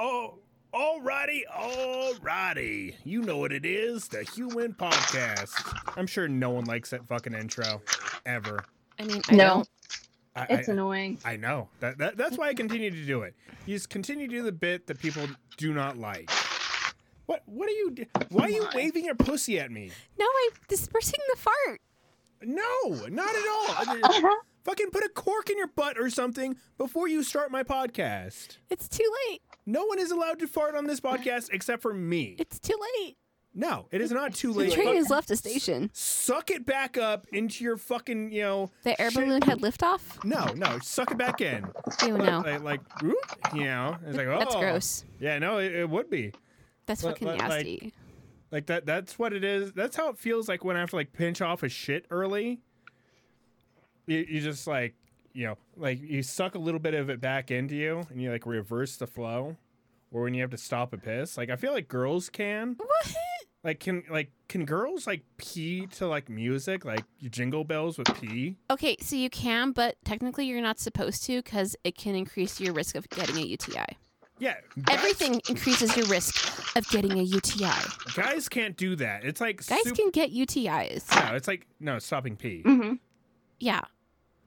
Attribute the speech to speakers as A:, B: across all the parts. A: Oh, Alrighty, alrighty. You know what it is the Human Podcast. I'm sure no one likes that fucking intro ever.
B: I mean, I
C: No.
B: don't.
A: I, I,
C: It's annoying.
A: I know. That, that That's why I continue to do it. You just continue to do the bit that people do not like. What What are you do- Why are you waving your pussy at me?
B: No, I'm dispersing the fart.
A: No, not at all. I-
C: Uh-huh.
A: Fucking put a cork in your butt or something before you start my podcast.
B: It's too late.
A: No one is allowed to fart on this podcast except for me.
B: It's too late.
A: No, it is not too
B: The
A: late.
B: train
A: Fuck-
B: has left the station.
A: suck it back up into your fucking, you know.
B: The air
A: shit.
B: balloon had liftoff.
A: No, no, suck it back in.
B: Ew, no.
A: Like, like, whoop, you know, it's like, oh,
B: That's gross.
A: Yeah, no, it, it would be
B: That's
A: But-
B: fucking
A: but, like,
B: nasty.
A: like that. That's what it is. That's how it feels like when I have to like pinch off a shit early. You, you just like, you know, like you suck a little bit of it back into you, and you like reverse the flow. Or when you have to stop a piss, like I feel like girls can.
B: What?
A: Like can like can girls like pee to like music like jingle bells with pee?
B: Okay, so you can, but technically you're not supposed to because it can increase your risk of getting a UTI.
A: Yeah, guys-
B: Everything increases your risk of getting a UTI.
A: Guys can't do that. It's like
B: Guys Mm.
A: sup-
B: can get UTIs.
A: No, it's like no stopping pee.
C: hmm
B: Yeah.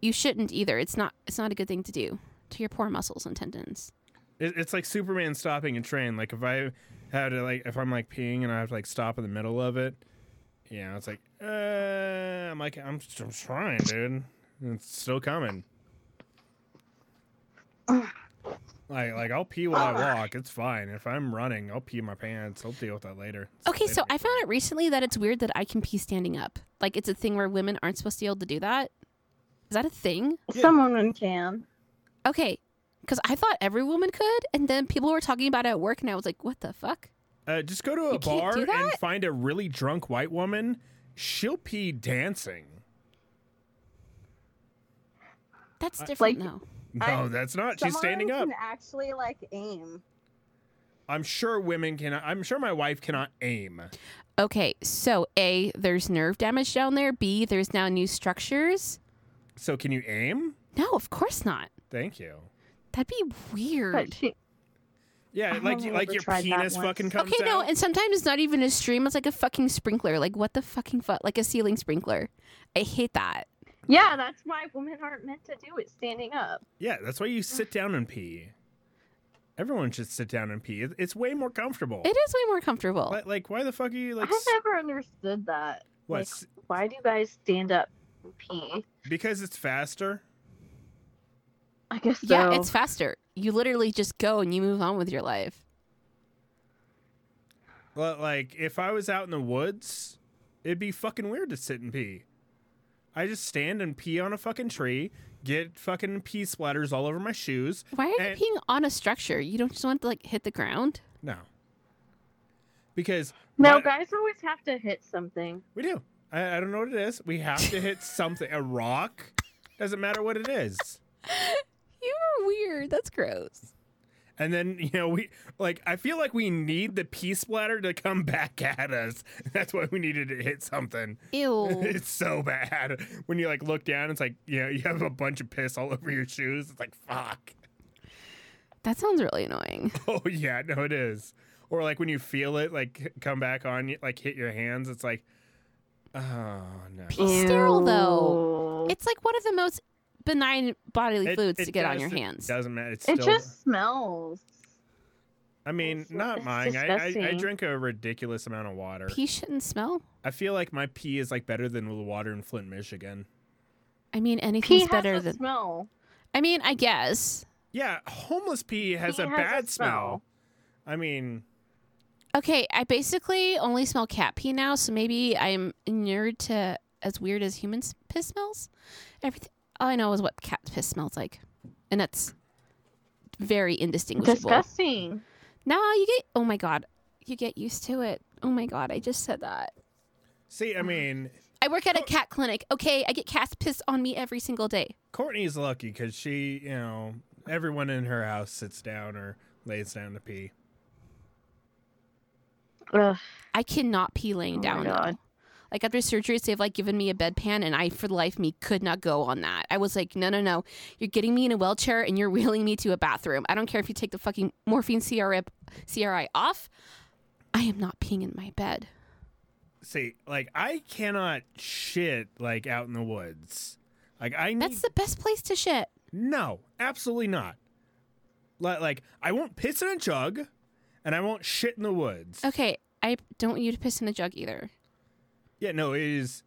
B: You shouldn't either. It's not it's not a good thing to do to your poor muscles and tendons.
A: It, it's like Superman stopping a train. Like if I had to like if I'm like peeing and I have to like stop in the middle of it, you know, it's like uh, I'm like I'm, I'm trying, dude. And It's still coming. Like, like I'll pee while I walk. It's fine. If I'm running, I'll pee my pants. I'll deal with that later. It's
B: Okay, so
A: later.
B: I found out recently that it's weird that I can pee standing up. Like it's a thing where women aren't supposed to be able to do that. Is that a thing?
A: Yeah.
C: Someone can.
B: Okay. Cuz I thought every woman could and then people were talking about it at work and I was like, "What the fuck?"
A: Uh, just go to a
B: You can't
A: bar
B: do
A: and
B: that?
A: find a really drunk white woman. She'll pee dancing.
B: That's
A: Uh,
B: different
C: Like-
B: though.
A: No,
C: I-
A: that's not. She's standing up.
C: Can actually, like aim.
A: I'm sure women can. I'm sure my wife cannot aim.
B: Okay, so A, there's nerve damage down there. B, there's now new structures.
A: So can you aim?
B: No, of course not.
A: Thank you.
B: That'd be weird.
C: But she,
A: Yeah,
C: I
A: like
C: only
A: you- like
C: ever
A: your
C: tried that
A: penis
C: once.
A: fucking comes
B: Okay,
A: out.
B: no, and sometimes it's not even a stream. It's like a fucking sprinkler. Like what the fucking fuck? Like a ceiling sprinkler. I hate that.
C: yeah, that's why women aren't meant to do it standing up.
A: yeah, that's why you sit down and pee. Everyone should sit down and pee. It- It's way more comfortable.
B: It is way more comfortable.
A: Like, like, why the fuck are you like?
C: I
A: s-
C: never understood that.
A: What?
C: like-
A: s-
C: Why do you guys stand up and pee?
A: Because it's faster.
C: I guess so.
B: Yeah, it's faster. You literally just go and you move on with your life.
A: Well, like if I was out in the woods, it'd be fucking weird to sit and pee. I just stand and pee on a fucking tree, get fucking pee splatters all over my shoes.
B: Why are
A: And-
B: you peeing on a structure? You don't just want to like hit the ground?
A: No. Because
C: no,
A: what-
C: guys always have to hit something.
A: we do. I, I don't know what it is. We have to hit something. A rock. Doesn't matter what it is.
B: You are weird. That's gross.
A: And then, you know, we like I feel like we need the pee splatter to come back at us. That's why we needed to hit something.
B: Ew.
A: It's so bad when you like look down. It's like you know you have a bunch of piss all over your shoes. It's like fuck.
B: that sounds really annoying.
A: Oh yeah, no, it is. Or like when you feel it like come back on you, like hit your hands. It's like, oh no.
B: Pee sterile though.
C: Ew.
B: It's like one of the most benign bodily
A: It-
B: foods
A: it
B: to get on your
A: doesn't-
B: hands.
A: Doesn't matter. It's
C: it
A: still.
C: just smells.
A: I mean,
C: it's-
A: not
C: it's
A: mine. I, I I
C: disgusting.
A: drink a ridiculous amount of water.
B: Pee shouldn't smell.
A: I feel like my pee is like better than the water in Flint, Michigan.
B: I mean,
C: Pee
B: anything's
C: has
B: better
C: a
B: than.
C: smell.
B: I mean, I guess.
A: Yeah, homeless pee has
C: Pee
A: a
C: has a
A: bad smell.
C: smell.
A: I mean,
B: Okay, I basically only smell cat pee now, so maybe I'm inured to as weird as human s- piss smells. Everything. All I know is what cat piss smells like, and that's very indistinguishable.
C: Disgusting.
B: No, you get. Oh my god, you get used to it. Oh my god, I just said that.
A: see,
B: Uh-huh.
A: I mean,
B: I work at a cat clinic. Okay, I get cat piss on me every single day.
A: Courtney's lucky because she, you know, everyone in her house sits down or lays down to pee.
C: Ugh.
B: I cannot pee laying
C: Oh my
B: down. though.
C: God.
B: Like after surgeries, they've like given me a bedpan, and I, for the life of me, could not go on that. I was like, no, no, no. You're getting me in a wheelchair and you're wheeling me to a bathroom. I don't care if you take the fucking morphine CRI, CRI off. I am not peeing in my bed.
A: See, like I cannot shit like out in the woods. Like I need
B: That's the best place to shit.
A: no, absolutely not. Li- Like I won't piss in a jug, and I won't shit in the woods.
B: Okay, I don't want you to piss in a jug either.
A: Yeah, no, it is.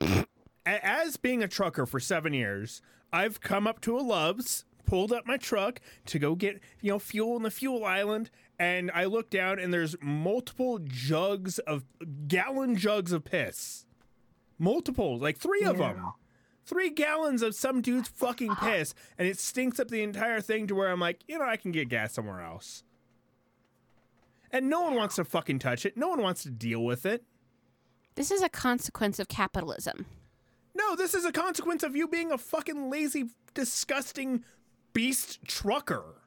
A: A- As being a trucker for seven years, I've come up to a Love's, pulled up my truck to go get you know fuel in the fuel island, and I look down and there's multiple jugs of gallon jugs of piss, multiple, like three of them, three gallons of some dude's fucking piss, and it stinks up the entire thing to where I'm like, you know, I can get gas somewhere else. And no one wants to fucking touch it. No one wants to deal with it.
B: This is a consequence of capitalism.
A: No, this is a consequence of you being a fucking lazy, disgusting beast trucker.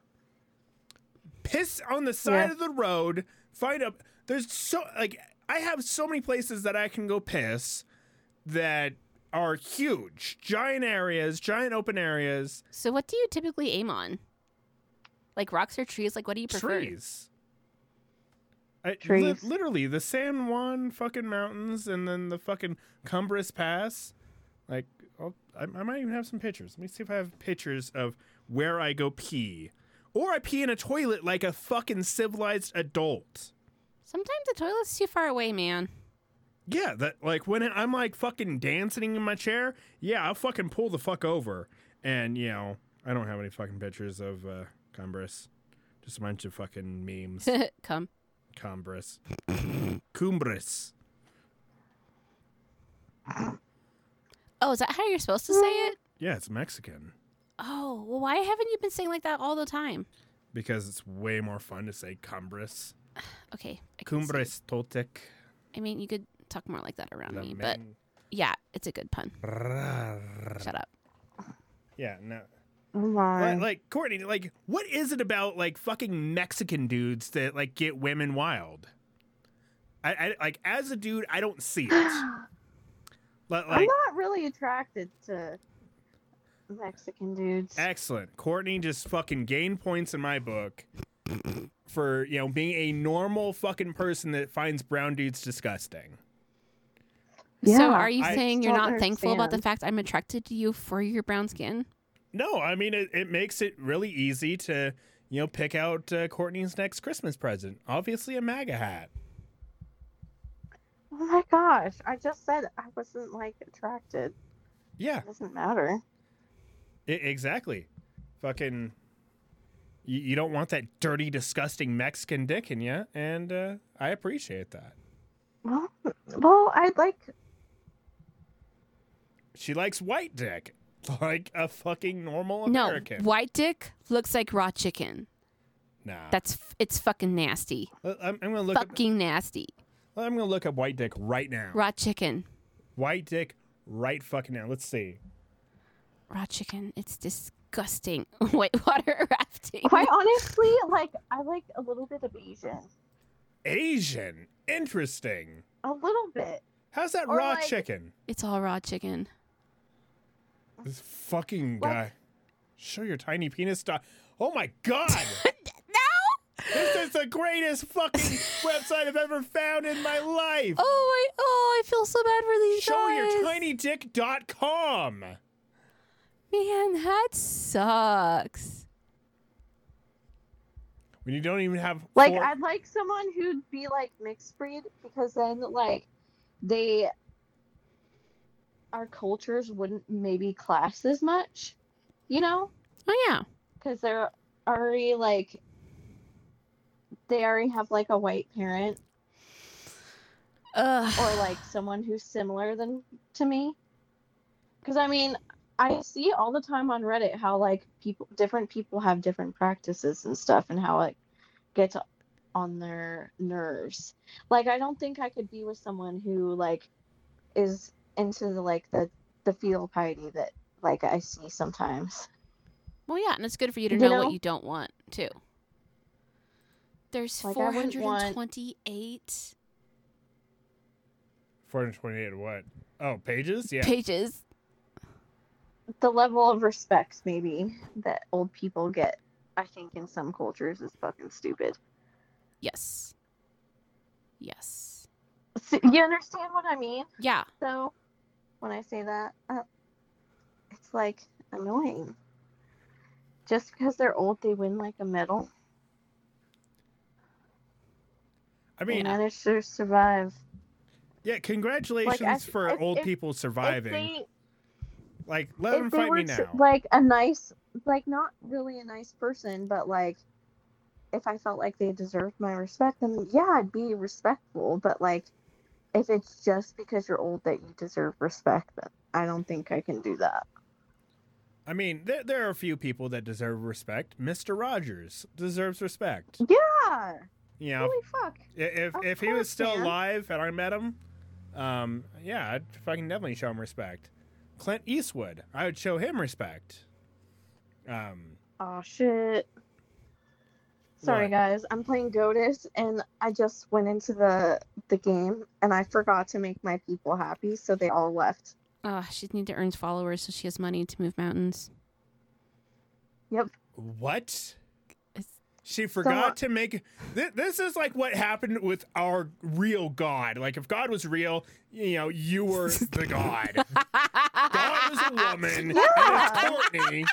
A: Piss on the side
C: Yeah.
A: of the road. Find a. There's so like I have so many places that I can go piss that are huge, giant areas, giant open areas,
B: So, what do you typically aim on? Like rocks or trees? Like, what do you prefer?
A: trees. I- li-
C: Trees.
A: literally the San Juan fucking mountains, and then the fucking Cumbrous Pass. Like, I'll, I, I might even have some pictures. Let me see if I have pictures of where I go pee, or I pee in a toilet like a fucking civilized adult.
B: Sometimes the toilet's too far away, man.
A: Yeah, that like when I'm like fucking dancing in my chair. Yeah, I'll fucking pull the fuck over, and you know I don't have any fucking pictures of uh, Cumbrous. Just a bunch of fucking memes.
B: Come.
A: Cumbres. Cumbres.
B: Oh, is that how you're supposed to say it?
A: Yeah, it's Mexican
C: Mm.
B: Oh, well, why haven't you been saying like that all the time?
A: because it's way more fun to say Cumbres.
B: Okay. I can see.
A: Cumbres Toltec.
B: I mean, you could talk more like that around
A: la
B: me, but
A: men-
B: yeah, it's a good pun.
A: Brrrr.
B: Shut up.
A: Yeah, no.
C: Oh my.
A: Like, like, Courtney, like, what is it about, like, fucking Mexican dudes that, like, get women wild? I, I like, as a dude, I don't see it. Like,
C: I'm
A: like
C: not really attracted to Mexican dudes.
A: Excellent. Courtney just fucking gained points in my book for, you know, being a normal fucking person that finds brown dudes disgusting.
B: so,
C: Yeah,
B: are you
A: I
B: saying you're
C: don't
B: not thankful about the
C: understand.
B: fact I'm attracted to you for your brown skin?
A: No, I mean, it, it makes it really easy to, you know, pick out uh, Courtney's next Christmas present. Obviously, a MAGA hat.
C: Oh my gosh. I just said I wasn't like attracted.
A: Yeah,
C: It doesn't matter.
A: I- exactly. Fucking. You, you don't want that dirty, disgusting Mexican dick in you, and uh, I appreciate that.
C: Well, well, I'd like
A: She likes white dick, like a fucking normal American.
B: No, white dick looks like raw chicken.
A: nah.
B: That's f- it's fucking nasty.
A: Uh, I'm, I'm gonna Oh. look. Up,
B: Fucking nasty.
A: I'm gonna look up white dick right now.
B: Raw chicken.
A: White dick, right fucking now. Let's see.
B: Raw chicken. It's disgusting. Whitewater rafting.
C: quite honestly, like I like a little bit of Asian.
A: Asian, interesting.
C: A little bit.
A: How's that
C: Or
A: raw
C: like-
A: chicken?
B: It's all raw chicken.
A: This fucking
C: Like-
A: guy. Show your tiny penis. Do- oh my god!
B: No.
A: this is the greatest fucking website I've ever found in my life.
B: Oh I oh I feel so bad for these guys.
A: ShowYourTinyDick.com.
B: Man, that sucks.
A: When you don't even have
C: Like
A: four-
C: I'd like someone who'd be like mixed breed because then like they our cultures wouldn't maybe clash as much, you know,
B: Oh yeah.
C: because they're already like they already have like a white parent
B: Ugh.
C: or like someone who's similar than to me. Because I mean, I see all the time on Reddit how like people, different people have different practices and stuff, and how it gets on their nerves. Like I don't think I could be with someone who like is into the like the the fetal piety that like I see sometimes.
B: Well, yeah, and it's good for you to
C: You
B: know,
C: know?
B: what you don't want too. There's
C: Like, I wouldn't want-
B: 428
A: 428 what? Oh, pages? Yeah.
B: Pages.
C: the level of respect maybe that old people get i think in some cultures is fucking stupid
B: Yes. Yes.
C: so, you understand what i mean
B: Yeah.
C: so when i say that uh, it's like annoying just because they're old they win like a medal
A: I
C: they
A: mean, yeah,
C: manage to survive
A: congratulations for
C: if-
A: old
C: if-
A: people surviving.
C: if they,
A: like, let them
C: if they
A: fight
C: were
A: me
C: tr-
A: now.
C: like a nice like not really a nice person but like if i felt like they deserved my respect then yeah i'd be respectful but like if it's just because you're old that you deserve respect then i don't think i can do that
A: I mean, there, there are a few people that deserve respect. Mr. Rogers deserves respect.
C: yeah
A: You know,
C: Ah, holy fuck
A: i- if,
C: of
A: if he was
C: course,
A: still
C: man.
A: alive and I met him, um, yeah, I'd fucking definitely show him respect. Clint Eastwood, I would show him respect. Um,
C: oh shit sorry
A: What?
C: guys i'm playing godis and i just went into the the game and i forgot to make my people happy so they all left
B: Oh, she need to earn followers so she has money to move mountains.
A: what?
B: It's-
A: She forgot to make. Th- this is like what happened with our real God. Like, if God was real, you know, you were the God. God was a woman, and it's Courtney.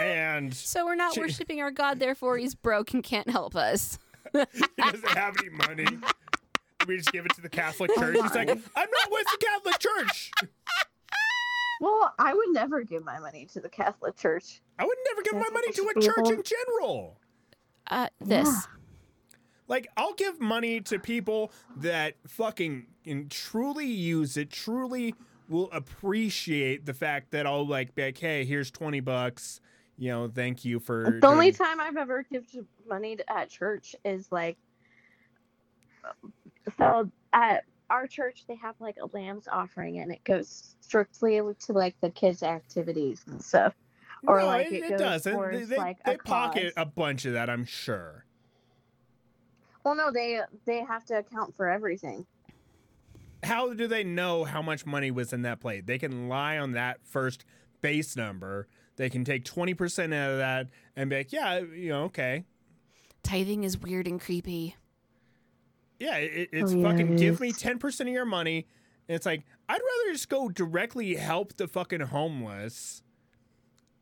A: and
B: so we're not
A: She-
B: worshiping our God, therefore he's broke and can't help us.
A: he doesn't have any money. We just give it to the Catholic
C: Oh
A: Church. It's like, I'm not with the Catholic Church.
C: well i would never give my money to the catholic church
A: I would never give my money to a church in general.
B: Uh, this.
A: Like, I'll give money to people that fucking and truly use it, truly will appreciate the fact that I'll like be like, hey, here's twenty bucks. You know, thank you for
C: The only
A: doing-
C: time I've ever given money to, at church is like, so at our church they have like a lamb's offering and it goes strictly to like the kids' activities and stuff. Or
A: no,
C: like
A: it,
C: it
A: it
C: goes
A: doesn't. They,
C: towards,
A: they,
C: like, a
A: they pocket
C: cause.
A: a bunch of that, I'm sure.
C: Well, no, they they have to account for everything.
A: How do they know how much money was in that plate? They can lie on that first base number. They can take twenty percent out of that and be like, yeah, you know, okay,
B: Tithing is weird and creepy.
A: Yeah, it, it's
C: Oh, yeah,
A: fucking
C: it
A: give
C: is.
A: me 10% of your money. And it's like, I'd rather just go directly help the fucking homeless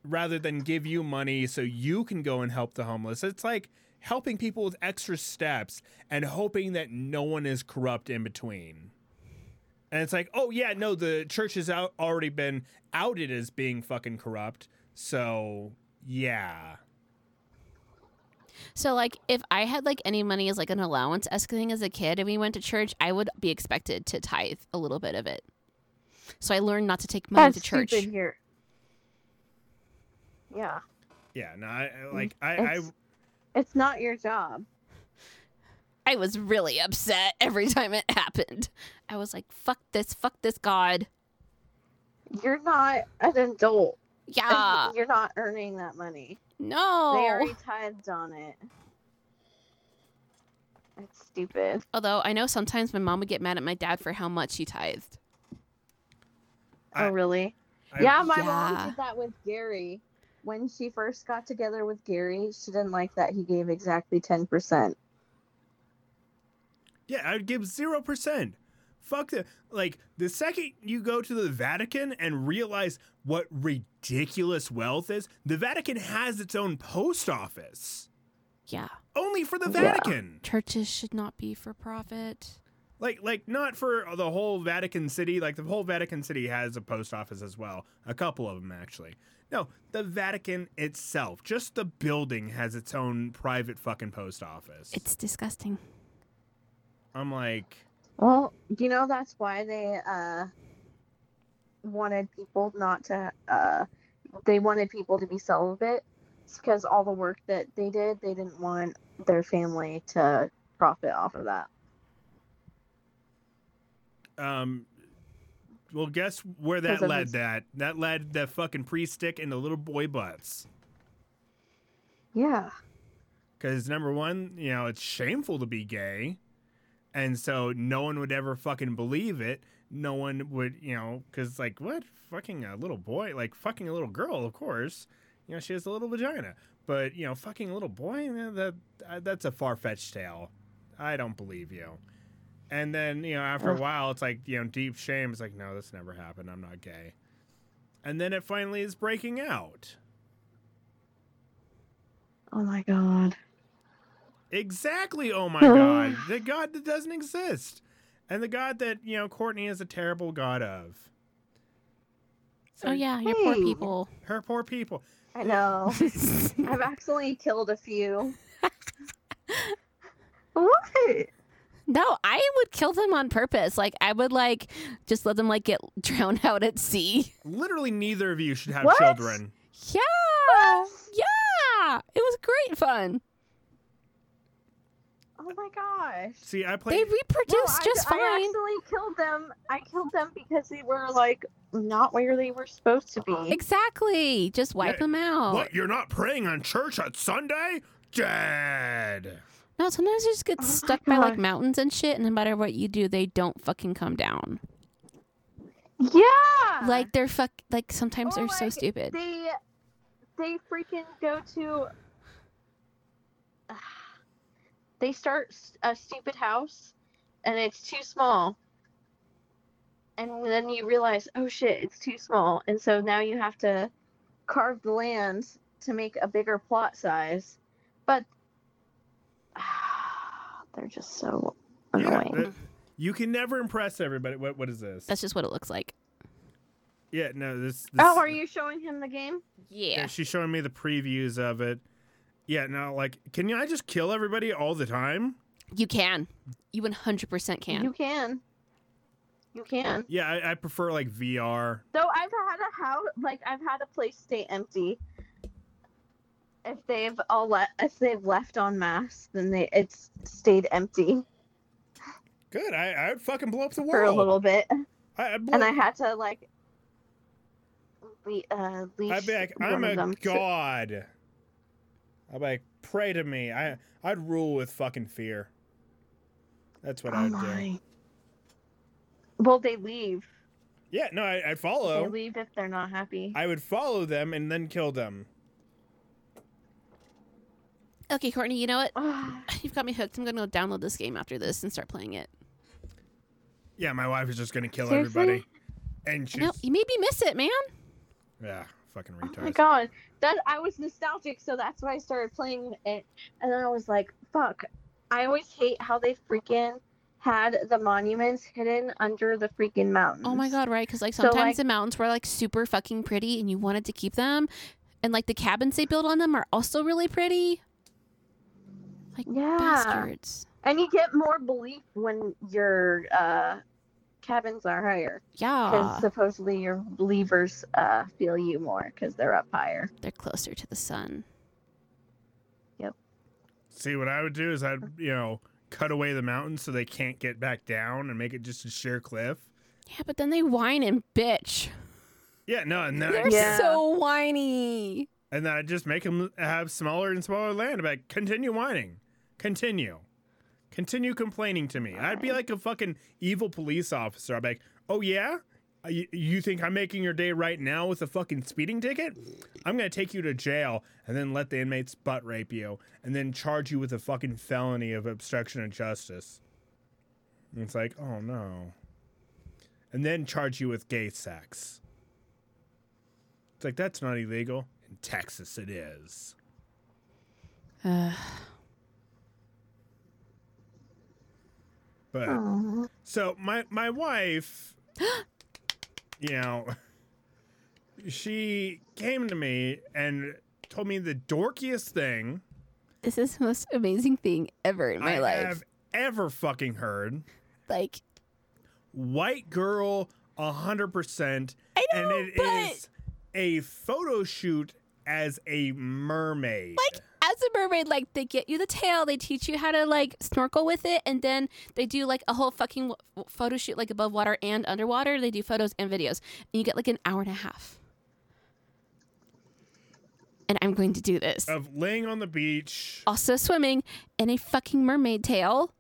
A: rather than give you money so you can go and help the homeless. It's like helping people with extra steps and hoping that no one is corrupt in between. And it's like, oh, yeah, no, the church has out, already been outed as being fucking corrupt. So, yeah.
B: So like if I had like any money as like an allowance as thing as a kid and we went to church, I would be expected to tithe a little bit of it. So I learned not to take money to church.
C: stupid here. Yeah,
A: Yeah, no, I, I- like, I, I,
C: It's- it's not your job.
B: I was really upset every time it happened. I was like, fuck this, fuck this God.
C: You're not an adult. and
B: Yeah.
C: You're not earning that money. They
B: No.
C: already tithed on it. It's stupid.
B: Although I know sometimes my mom would get mad at my dad for how much he tithed.
A: I-
C: oh, really?
A: I-
C: yeah, my mom
B: Yeah.
C: did that with Gary. When she first got together with Gary, she didn't like that he gave exactly 10%.
A: Yeah, I'd give zero percent. Fuck the like the second you go to the Vatican and realize what ridiculous wealth is, the Vatican has its own post office.
B: Yeah.
A: Only for the
C: Yeah.
A: Vatican.
B: Churches should not be for profit.
A: Like like not for the whole Vatican City, like the whole Vatican City has a post office as well. A couple of them actually. No, the Vatican itself, just the building has its own private fucking post office.
B: It's disgusting.
A: I'm like
C: Well, you know, that's why they uh, wanted people not to, uh, they wanted people to be celibate. It's because all the work that they did, they didn't want their family to profit off of that.
A: Um, well, guess where that
C: 'Cause of
A: led
C: his-
A: that? That led that fucking priest stick into little boy butts.
C: Yeah.
A: Because number one, you know, it's shameful to be gay. and so no one would ever fucking believe it. No one would, you know, because like what fucking a little boy, like fucking a little girl, of course, you know she has a little vagina, but you know fucking a little boy, eh, that uh, that's a far fetched tale. I don't believe you. And then you know after a
C: Ugh.
A: while, it's like you know deep shame. It's like no, this never happened. I'm not gay. And then it finally is breaking out.
C: Oh my god.
A: Exactly. Oh my God. The God that doesn't exist. And the God that, you know, Courtney is a terrible God of. So
B: Oh yeah, your poor
C: Hmm.
B: people.
A: Her poor people.
C: I know. I've accidentally killed a few. what?
B: No, I would kill them on purpose. Like I would like just let them like get drowned out at sea.
A: Literally, neither of you should have
C: What?
A: children.
B: Yeah. Yeah. It was great fun.
C: Oh my gosh.
A: See, I
B: they
A: played.
B: reproduced
C: I,
B: just fine.
C: I accidentally killed them. I killed them because they were like not where they were supposed to be.
B: exactly. Just wipe
A: Yeah.
B: them out.
A: What? You're not praying on church on Sunday? Dead.
B: No, sometimes you just get
C: Oh my
B: stuck by like
C: God.
B: mountains and shit, and no matter what you do, they don't fucking come down.
C: Yeah.
B: Like they're fuck. Like sometimes
C: Or,
B: they're so
C: like,
B: stupid.
C: they they freaking go to they start s- a stupid house and it's too small and then you realize oh shit it's too small and so now you have to carve the land to make a bigger plot size but ah, they're just so
A: Yeah,
C: annoying
A: that- you can never impress everybody. What? What is this?
B: That's just what it looks like.
A: yeah, no, this. this
C: oh are you showing him the game
A: Yeah,
B: Yeah.
A: she's showing me the previews of it. Yeah, no, like, can I just kill everybody all the time?
B: You can. You 100% can.
C: you can you can
A: Yeah, I, I prefer like VR.
C: So I've had a house, like I've had a place stay empty. If they've all le- if they've left en masse, then they it's stayed empty
A: Good. I, I would fucking blow up the world.
C: for a little bit,
A: I, I'd blow,
C: and I had to like, le- uh, leash
A: I'd be like,
C: one
A: I'm
C: of
A: a
C: them to-
A: god. I'd be like, pray to me. I I'd rule with fucking fear. That's what
C: oh
A: I'd do.
C: my. Well, they leave.
A: Yeah, no, I, I'd
C: They
A: follow.
C: leave if they're not happy.
A: I would follow them and then kill them.
B: Okay, Courtney, you know what?
C: Ah,
B: You've got me hooked. I'm going to go download this game after this and start playing it.
A: Yeah, my wife is just gonna kill
C: Seriously?
A: everybody, and she's
B: No, you made me miss it, man.
A: yeah, fucking
C: oh
A: retards.
C: my god, that I was nostalgic, so that's why I started playing it, and then I was like, fuck. I always hate how they freaking had the monuments hidden under the freaking mountains.
B: Oh my god, right? Because like
C: So,
B: sometimes
C: like-
B: the mountains were like super fucking pretty, and you wanted to keep them, and like the cabins they build on them are also really pretty.
C: Yeah.
B: Bastards.
C: And you get more belief when your uh, cabins are higher. Because
B: Yeah,
C: supposedly your believers uh, feel you more because they're up higher.
B: they're closer to the sun.
A: See, what I would do is I'd you know cut away the mountain so they can't get back down and make it just a sheer cliff.
B: Yeah, but then they whine and bitch.
A: Yeah, no, and then I
B: They're
A: just-
C: Yeah.
B: so whiny.
A: and then I just make them have smaller and smaller land. But continue whining, continue, continue complaining to me. I'd be like a fucking evil police officer. I'd be like, oh yeah, Uh, you, you think I'm making your day right now with a fucking speeding ticket? I'm gonna take you to jail and then let the inmates butt rape you and then charge you with a fucking felony of obstruction of justice. And it's like, oh no. And then charge you with gay sex. It's like that's not illegal. In Texas, it is.
B: Ugh.
A: But
B: Oh.
C: Aw.
A: so my my wife, you know, she came to me and told me the dorkiest thing
B: This is the most amazing thing ever in my
A: I
B: life.
A: have ever fucking heard.
B: Like,
A: White girl, hundred percent,
B: I
A: and
B: know,
A: it is
B: but
A: a photo shoot as a mermaid.
B: Like, as a mermaid, like they get you the tail, they teach you how to like snorkel with it, and then they do like a whole fucking w- w- photo shoot like above water and underwater. They do photos and videos, and you get like an hour and a half. And I'm going to do this.
A: of
B: uh,
A: laying on the beach.
B: Also swimming in a fucking mermaid tail.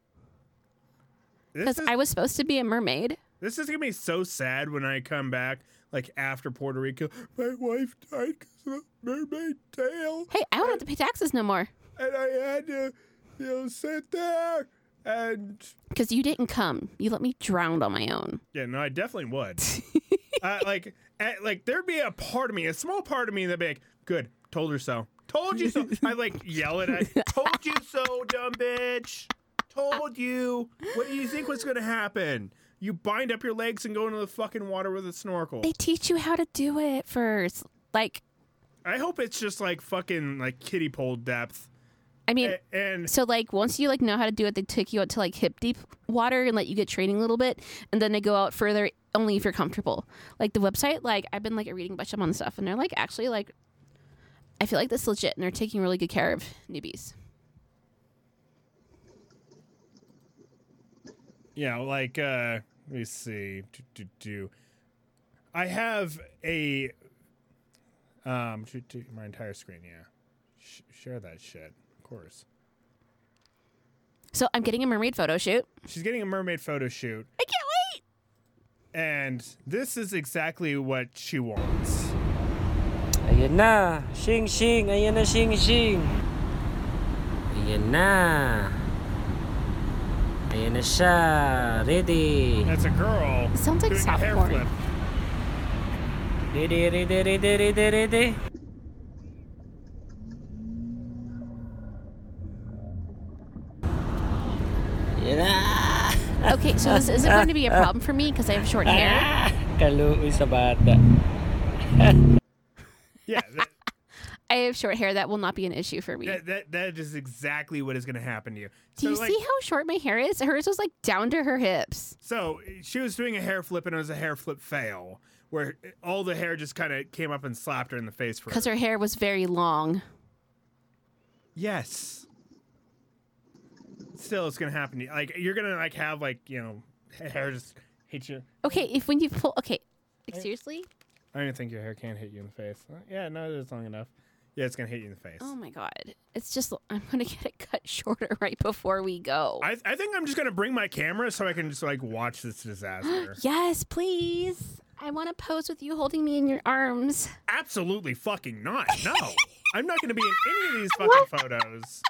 A: This
B: because
A: is,
B: I was supposed to be a mermaid.
A: this is gonna be so sad when I come back, like after Puerto Rico. My wife died because of a mermaid tail,
B: Hey, I don't have to pay taxes no more
A: and I had to, you know, sit there. And
B: because you didn't come. You let me drown on my own.
A: yeah, no, I definitely would. uh, like, uh, like there'd be a part of me, a small part of me that'd be like, "Good, told her so, told you so." I like yell at, it. "Told you so, dumb bitch! Told you. What do you think was gonna happen? You bind up your legs and go into the fucking water with a snorkel."
B: They teach you how to do it first. Like,
A: I hope it's just like fucking like kiddie pole depth.
B: I mean,
A: A- And
B: so like once you like know how to do it, they take you out to like hip deep water and let you get training a little bit, and then they go out further only if you're comfortable. Like the website, like I've been like reading a bunch of them on stuff, and they're like actually like, I feel like this is legit, and they're taking really good care of newbies.
A: you know, like uh let me see. Do, do, do. I have a um do, do, my entire screen, yeah. Sh- share that shit. Of course.
B: So I'm getting a mermaid photo shoot.
A: She's getting a mermaid photo shoot
B: I can't wait.
A: and this is exactly what she wants.
D: Ayan na. Shing, shing. Ayan na, shing, shing. Ayan na. Ayan na siya. Ready.
A: That's a girl.
B: It sounds like
A: doing a
B: soft
A: hair
B: porn.
A: flip.
D: Ready, ready, ready, ready, ready. Ayan na.
B: Okay, so this isn't going to be a problem for me because I have short hair.
D: Ah, Kaluoy sa bata.
A: Yeah, that,
B: I have short hair. That will not be an issue for me.
A: that that that is exactly what is going to happen to you.
B: Do you
A: So, like,
B: see how short my hair is? Hers was like down to her hips.
A: So she was doing a hair flip, and it was a hair flip fail, where all the hair just kind of came up and slapped her in the face for.
B: because her hair was very long.
A: yes. Still, it's gonna happen. To you. Like you're gonna like have like you know hair just hit you.
B: Okay, if when you pull, okay, like, seriously?
A: I don't even think your hair can hit you in the face. Uh, Yeah, no, it's long enough. Yeah, it's gonna hit you in the face.
B: Oh my god, it's just I'm gonna get it cut shorter right before we go.
A: I, I think I'm just gonna bring my camera so I can just like watch this disaster.
B: yes, please. I want to pose with you holding me in your arms.
A: Absolutely fucking not. No. I'm not going to be in any of these fucking photos.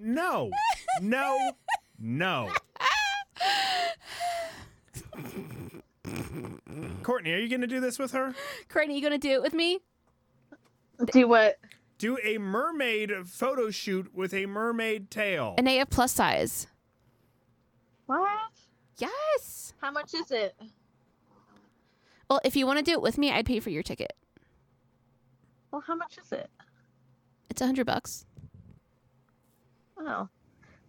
A: No. No. No. Courtney, are you going to do this with her?
B: Courtney, you gonna do it with me?
C: Do what?
A: Do a mermaid photo shoot with a mermaid tail.
B: And they have plus size.
C: What?
B: Yes.
C: How much is it?
B: Well, if you want to do it with me, I'd pay for your ticket.
C: Well, how much is it?
B: It's a hundred bucks.
C: Oh.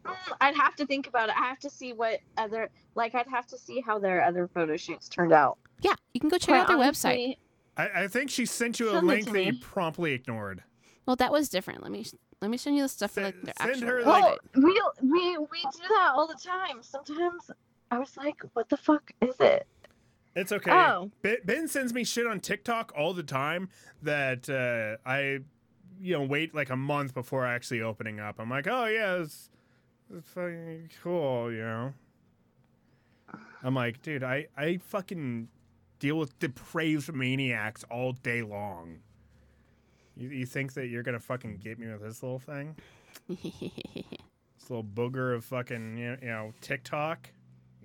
C: Mm, I'd have to think about it. I have to see what other, like, I'd have to see how their other photo shoots turned out.
B: Yeah, you can go check
C: Quite
B: out their website.
C: honestly,
A: I, I think she sent you a
C: Send it
A: link
C: to
A: that you
C: me.
A: promptly ignored.
B: Well, that was different. Let me let me send you the stuff for
A: Send-
B: like their
A: send
B: actual
A: her,
B: website.
A: like-
C: Well, we we we do that all the time. Sometimes I was like, "What the fuck is it?"
A: It's okay.
C: Oh.
A: Ben, ben sends me shit on TikTok all the time that uh, I, you know, wait like a month before actually opening up. I'm like, oh yeah, it's, it's fucking cool, you know. I'm like, dude, I I fucking deal with depraved maniacs all day long. You, you think that you're gonna fucking get me with this little thing,
C: Oh.
A: this little booger of fucking you know, you know TikTok?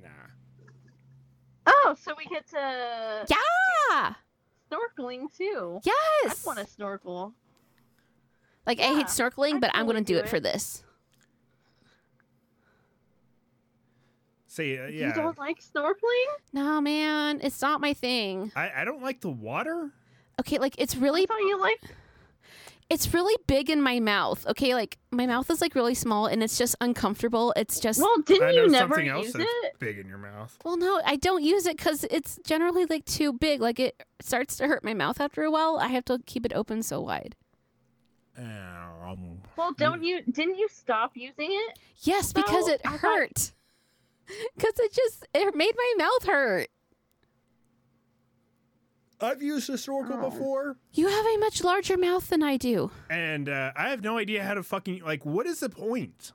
A: Nah.
C: Oh, so we get to
B: yeah.
C: snorkeling too.
B: Yes.
C: I want to snorkel.
B: Like I
C: Yeah,
B: hate snorkeling,
C: I'd
B: but I'm gonna
C: totally
B: do
C: do
B: it,
C: it.
B: for this.
A: See, uh,
C: You
A: yeah,
C: don't like snorkeling?
B: No, man, it's not my thing.
A: I, I don't like the water.
B: Okay, like it's
C: I
B: really
C: thought you like.
B: it's really big in my mouth. Okay, like my mouth is like really small and it's just uncomfortable. It's just well,
C: Well, didn't
A: I know
C: you never
A: something else
C: use
A: that's
C: it?
A: big in your mouth.
B: no, I don't use it cuz it's generally like too big. Like it starts to hurt my mouth after a while. I have to keep it open so wide.
A: Um,
C: Well, don't you? Didn't you stop using it?
B: Yes, because
C: No,
B: it
C: I thought-
B: hurt. Cuz it just it made my mouth hurt.
A: I've used a snorkel
C: Oh.
A: before,
B: You have a much larger mouth than I do.
A: and uh, I have no idea how to fucking like. What is the point?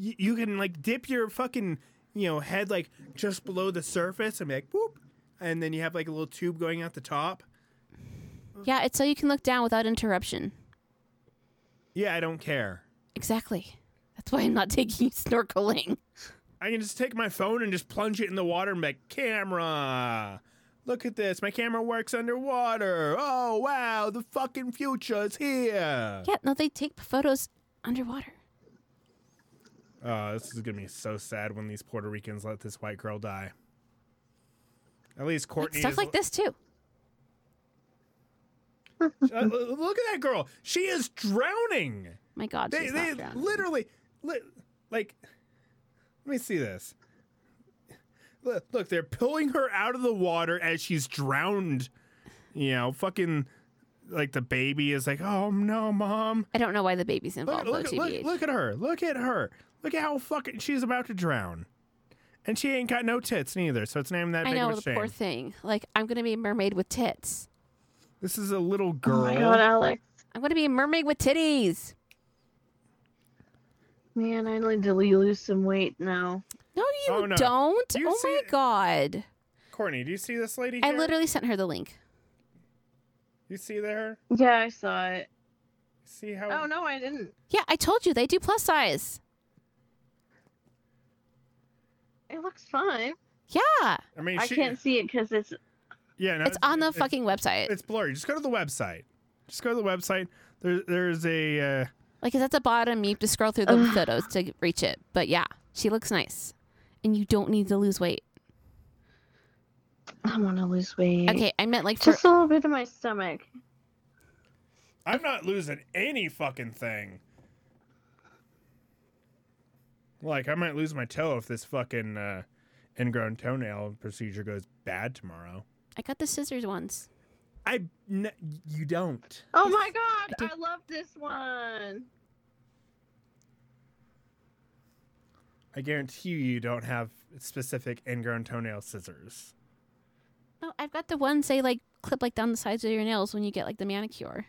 A: Y- you can like dip your fucking you know, head like just below the surface and be like whoop, and then you have like a little tube going out the top.
B: Yeah, it's so you can look down without interruption.
A: Yeah, I don't care.
B: Exactly. That's why I'm not taking you snorkeling.
A: I can just take my phone and just plunge it in the water and be like, camera. Look at this. My camera works underwater. Oh, wow. The fucking future's here.
B: Yeah, no, they take photos underwater.
A: Oh, this is going to be so sad when these Puerto Ricans let this white girl die. At least
B: Like,
A: Courtney.
B: stuff
A: is-
B: like this too.
A: Uh, l- look at that girl. She is drowning.
B: My God,
A: They,
B: she's
A: they
B: not drowning.
A: literally, li- like, let me see this. Look, look, they're pulling her out of the water as she's drowned. You know, fucking, like the baby is like, oh no, mom.
B: I don't know why the baby's
A: Look,
B: involved
A: look,
B: though.
A: look,
B: TBH.
A: look at her. Look at her. Look at how fucking she's about to drown. And she ain't got no tits neither, so it's named that
B: I
A: big
B: know
A: of a
B: the
A: shame.
B: poor thing. Like I'm gonna be a mermaid with tits.
A: This is a little
C: Oh
A: girl.
C: my god, Alex.
B: I'm gonna be a mermaid with titties.
C: Man, I need to le- lose some weight now.
B: No, you
A: Oh, no.
B: don't.
A: You
B: oh
A: see
B: my
A: it-
B: God.
A: Courtney, do you see this lady?
B: I
A: here?
B: literally sent her the link.
A: You see there?
C: Yeah, I saw it.
A: See how?
C: Oh no, I didn't.
B: Yeah, I told you they do plus size.
C: It looks fine.
B: Yeah,
A: I mean,
C: I
A: she,
C: can't see it because it's
A: Yeah, no,
B: it's on the
A: it's-
B: fucking website.
A: It's blurry. Just go to the website. Just go to the website. There, there's a. Uh,
B: Like it's at the bottom. You have to scroll through the photos to reach it. But yeah, she looks nice, and you don't need to lose weight.
C: I want to lose weight.
B: Okay, I meant like for
C: Just a little bit of my stomach.
A: I'm not losing any fucking thing. Like I might lose my toe if this fucking uh, ingrown toenail procedure goes bad tomorrow.
B: I got the scissors ones.
A: I n- you don't.
C: Oh my god,
B: I
C: I, love this one.
A: I guarantee you, you don't have specific ingrown toenail scissors.
B: No, I've got the ones they like clip like down the sides of your nails when you get like the manicure.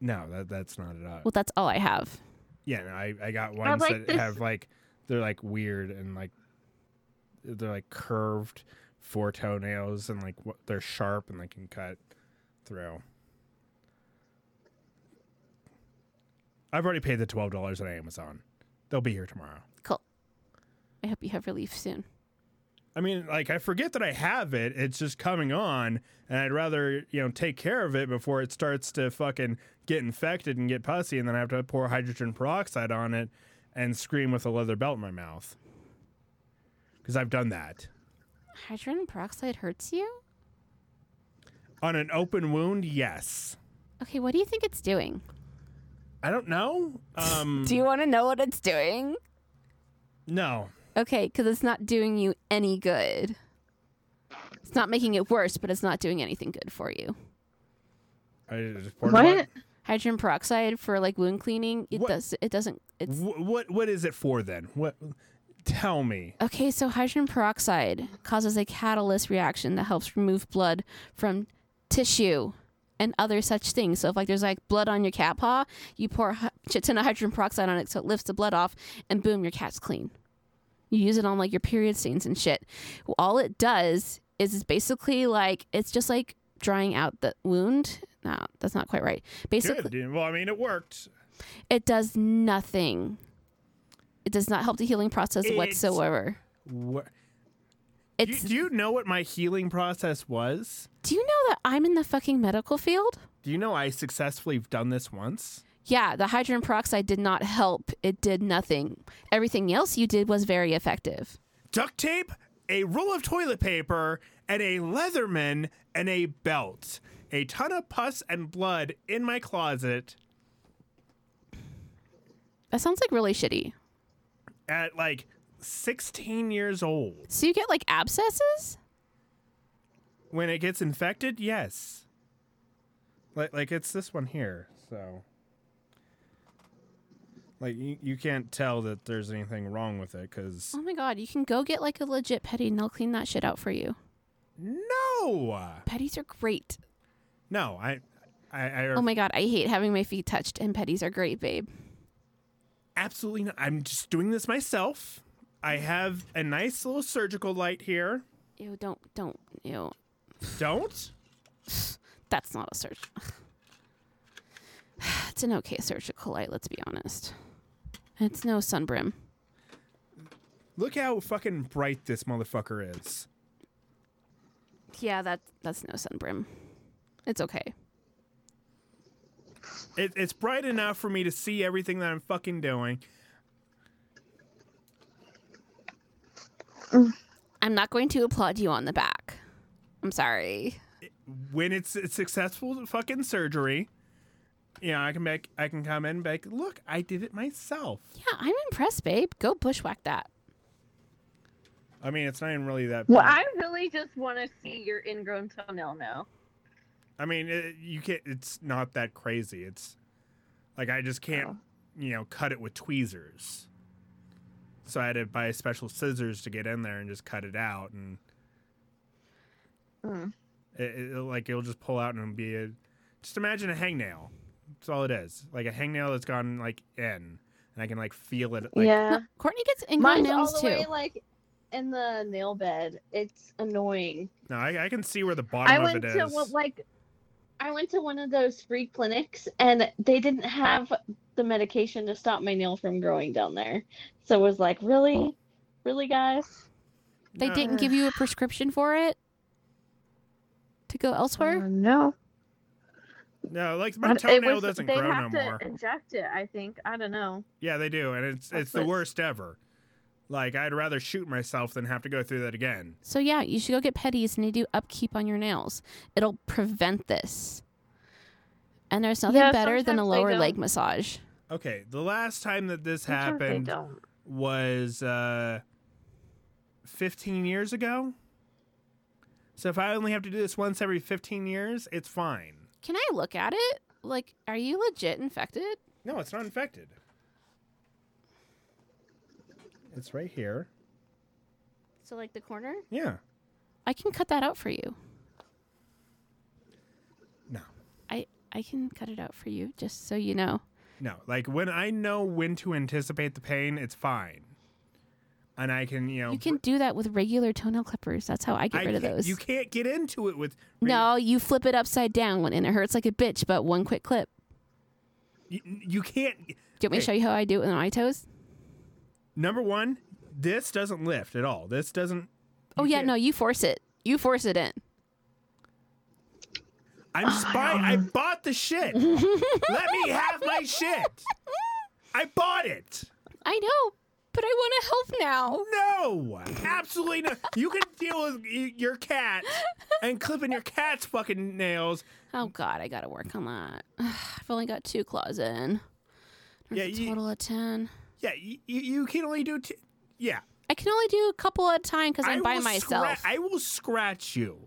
A: No, that that's not it. Up.
B: Well, that's all I have.
A: Yeah, no, I, I got ones
C: like
A: that
C: this-
A: have like they're like weird and like they're like curved four toenails and like wh- they're sharp and they can cut through. I've already paid the twelve dollars on Amazon. They'll be here tomorrow.
B: Cool. I hope you have relief soon.
A: I mean, like I forget that I have it. It's just coming on, and I'd rather you know take care of it before it starts to fucking get infected and get pussy, and then I have to pour hydrogen peroxide on it and scream with a leather belt in my mouth. Because I've done that
B: Hydrogen peroxide hurts you?
A: on an open wound. Yes,
B: Okay, what do you think it's doing?
A: I don't know. Um,
B: Do you want to know what it's doing?
A: no,
B: Okay, because it's not doing you any good. It's not making it worse, but it's not doing anything good for you.
A: I just poured it on-
C: What?
B: Hydrogen peroxide for like wound cleaning, it
A: What-
B: does it doesn't it's
A: Wh- what? What is it for then? What? Tell me.
B: Okay, so hydrogen peroxide causes a catalyst reaction that helps remove blood from tissue and other such things. So if like there's like blood on your cat paw, you pour a hy- shit ton of hydrogen peroxide on it so it lifts the blood off, and boom, your cat's clean. You use it on like your period stains and shit. All it does is it's basically like it's just like drying out the wound. No, that's not quite right. Basically,
A: Good. dude. Well, I mean, it worked.
B: it does nothing. It does not help the healing process
A: It's-
B: whatsoever.
A: What? Do,
B: It's
A: do you know what my healing process was?
B: Do you know that I'm in the fucking medical field?
A: Do you know I successfully have done this once?
B: Yeah, the hydrogen peroxide did not help. It did nothing. Everything else you did was very effective.
A: Duct tape, a roll of toilet paper, and a Leatherman and a belt. A ton of pus and blood in my closet
B: That sounds like really shitty.
A: at like 16 years old.
B: So you get like abscesses?
A: When it gets infected, yes. Like like it's this one here, so like you, you can't tell that there's anything wrong with it cuz
B: Oh my god, you can go get like a legit petty and they'll clean that shit out for you.
A: no.
B: Petties are great.
A: No, I I, I
B: Oh my god, I hate having my feet touched and petties are great, babe.
A: Absolutely not. I'm just doing this myself. I have a nice little surgical light here.
B: Ew, don't, don't, ew.
A: Don't.
B: That's not a surg. it's an okay surgical light, let's be honest. It's no sunbrim.
A: Look how fucking bright this motherfucker is.
B: Yeah, that that's no sunbrim. It's okay.
A: It, it's bright enough for me to see everything that I'm fucking doing.
B: I'm not going to applaud you on the back. I'm sorry.
A: When it's a successful fucking surgery, you know, I can make I can come in and be like, look, I did it myself.
B: Yeah, I'm impressed, babe. Go bushwhack that.
A: I mean, it's not even really that.
C: Well,
A: bad.
C: I really just want to see your ingrown toenail now.
A: I mean, it, you can't. It's not that crazy. It's like I just can't,
C: Oh.
A: you know, cut it with tweezers. So I had to buy special scissors to get in there and just cut it out, and
C: Mm.
A: it, it, it'll, like it'll just pull out and it'll be a. Just imagine a hangnail. That's all it is. Like a hangnail that's gone like in, and I can like feel it. Like,
C: yeah.
B: No, Courtney gets ingrown
C: Mine's all
B: nails
C: the
B: too.
C: way like in the nail bed. It's annoying.
A: No, I, I can see where the bottom
C: I
A: of
C: went
A: it is.
C: to what, like I went to one of those free clinics and they didn't have the medication to stop my nail from growing down there. So it was like, really? Really guys?
B: they
A: No.
B: didn't give you a prescription for it to go
C: Uh-huh.
B: elsewhere.
C: no.
A: No, like my toenail doesn't
C: they
A: grow no
C: have to
A: more.
C: inject it, I think. I don't know.
A: Yeah, they do, and it's
C: That's
A: it's the
C: what-
A: worst ever. Like I'd rather shoot myself than have to go through that again.
B: So yeah, you should go get petties and they do upkeep on your nails. It'll prevent this. And there's nothing
C: Yeah,
B: better than a
C: sometimes they
B: lower
C: don't.
B: leg massage.
A: Okay, the last time that this
C: Sometimes They
A: happened
C: don't.
A: was uh 15 years ago. So if I only have to do this once every 15 years, it's fine.
B: Can I look at it? Like, are you legit infected?
A: No, it's not infected. It's right here.
B: So like the corner?
A: Yeah.
B: I can cut that out for you.
A: No.
B: I I can cut it out for you just so you know.
A: No, like when I know when to anticipate the pain, it's fine. And I can, you know,
B: You can do that with regular toenail clippers. That's how I get
A: I
B: rid of
A: can't-
B: those.
A: You can't get into it with
B: no, you flip it upside down when and it hurts like a bitch, but one quick clip.
A: You, you can't.
B: Do you want me
A: Hey.
B: to show you how I do it with my toes?
A: Number one, this doesn't lift at all. This doesn't.
B: Oh
A: you
B: yeah,
A: can't-
B: no, you force it. You force it in.
A: I'm
B: Oh,
A: spying. I bought the shit. Let me have my shit. I bought it.
B: I know, but I want to help now.
A: No, absolutely not. You can deal with y- your cat and clipping your cat's fucking nails.
B: Oh god, I gotta work on that. I've only got two claws in. There's
A: Yeah,
B: a
A: you-
B: total of ten.
A: Yeah, you, you can only do. T- yeah,
B: I can only do a couple at a time because I'm
A: I
B: by
A: will
B: myself.
A: scra- I will scratch you.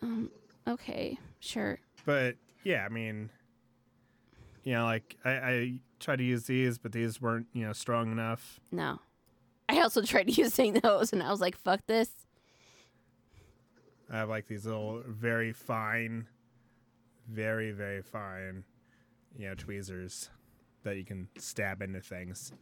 B: um, okay, sure.
A: But yeah, I mean, you know, like I, I tried to use these, but these weren't, you know, strong enough.
B: No. I also tried using those and I was like, fuck this.
A: I have like these little very fine, very very fine, you know, tweezers that you can stab into things.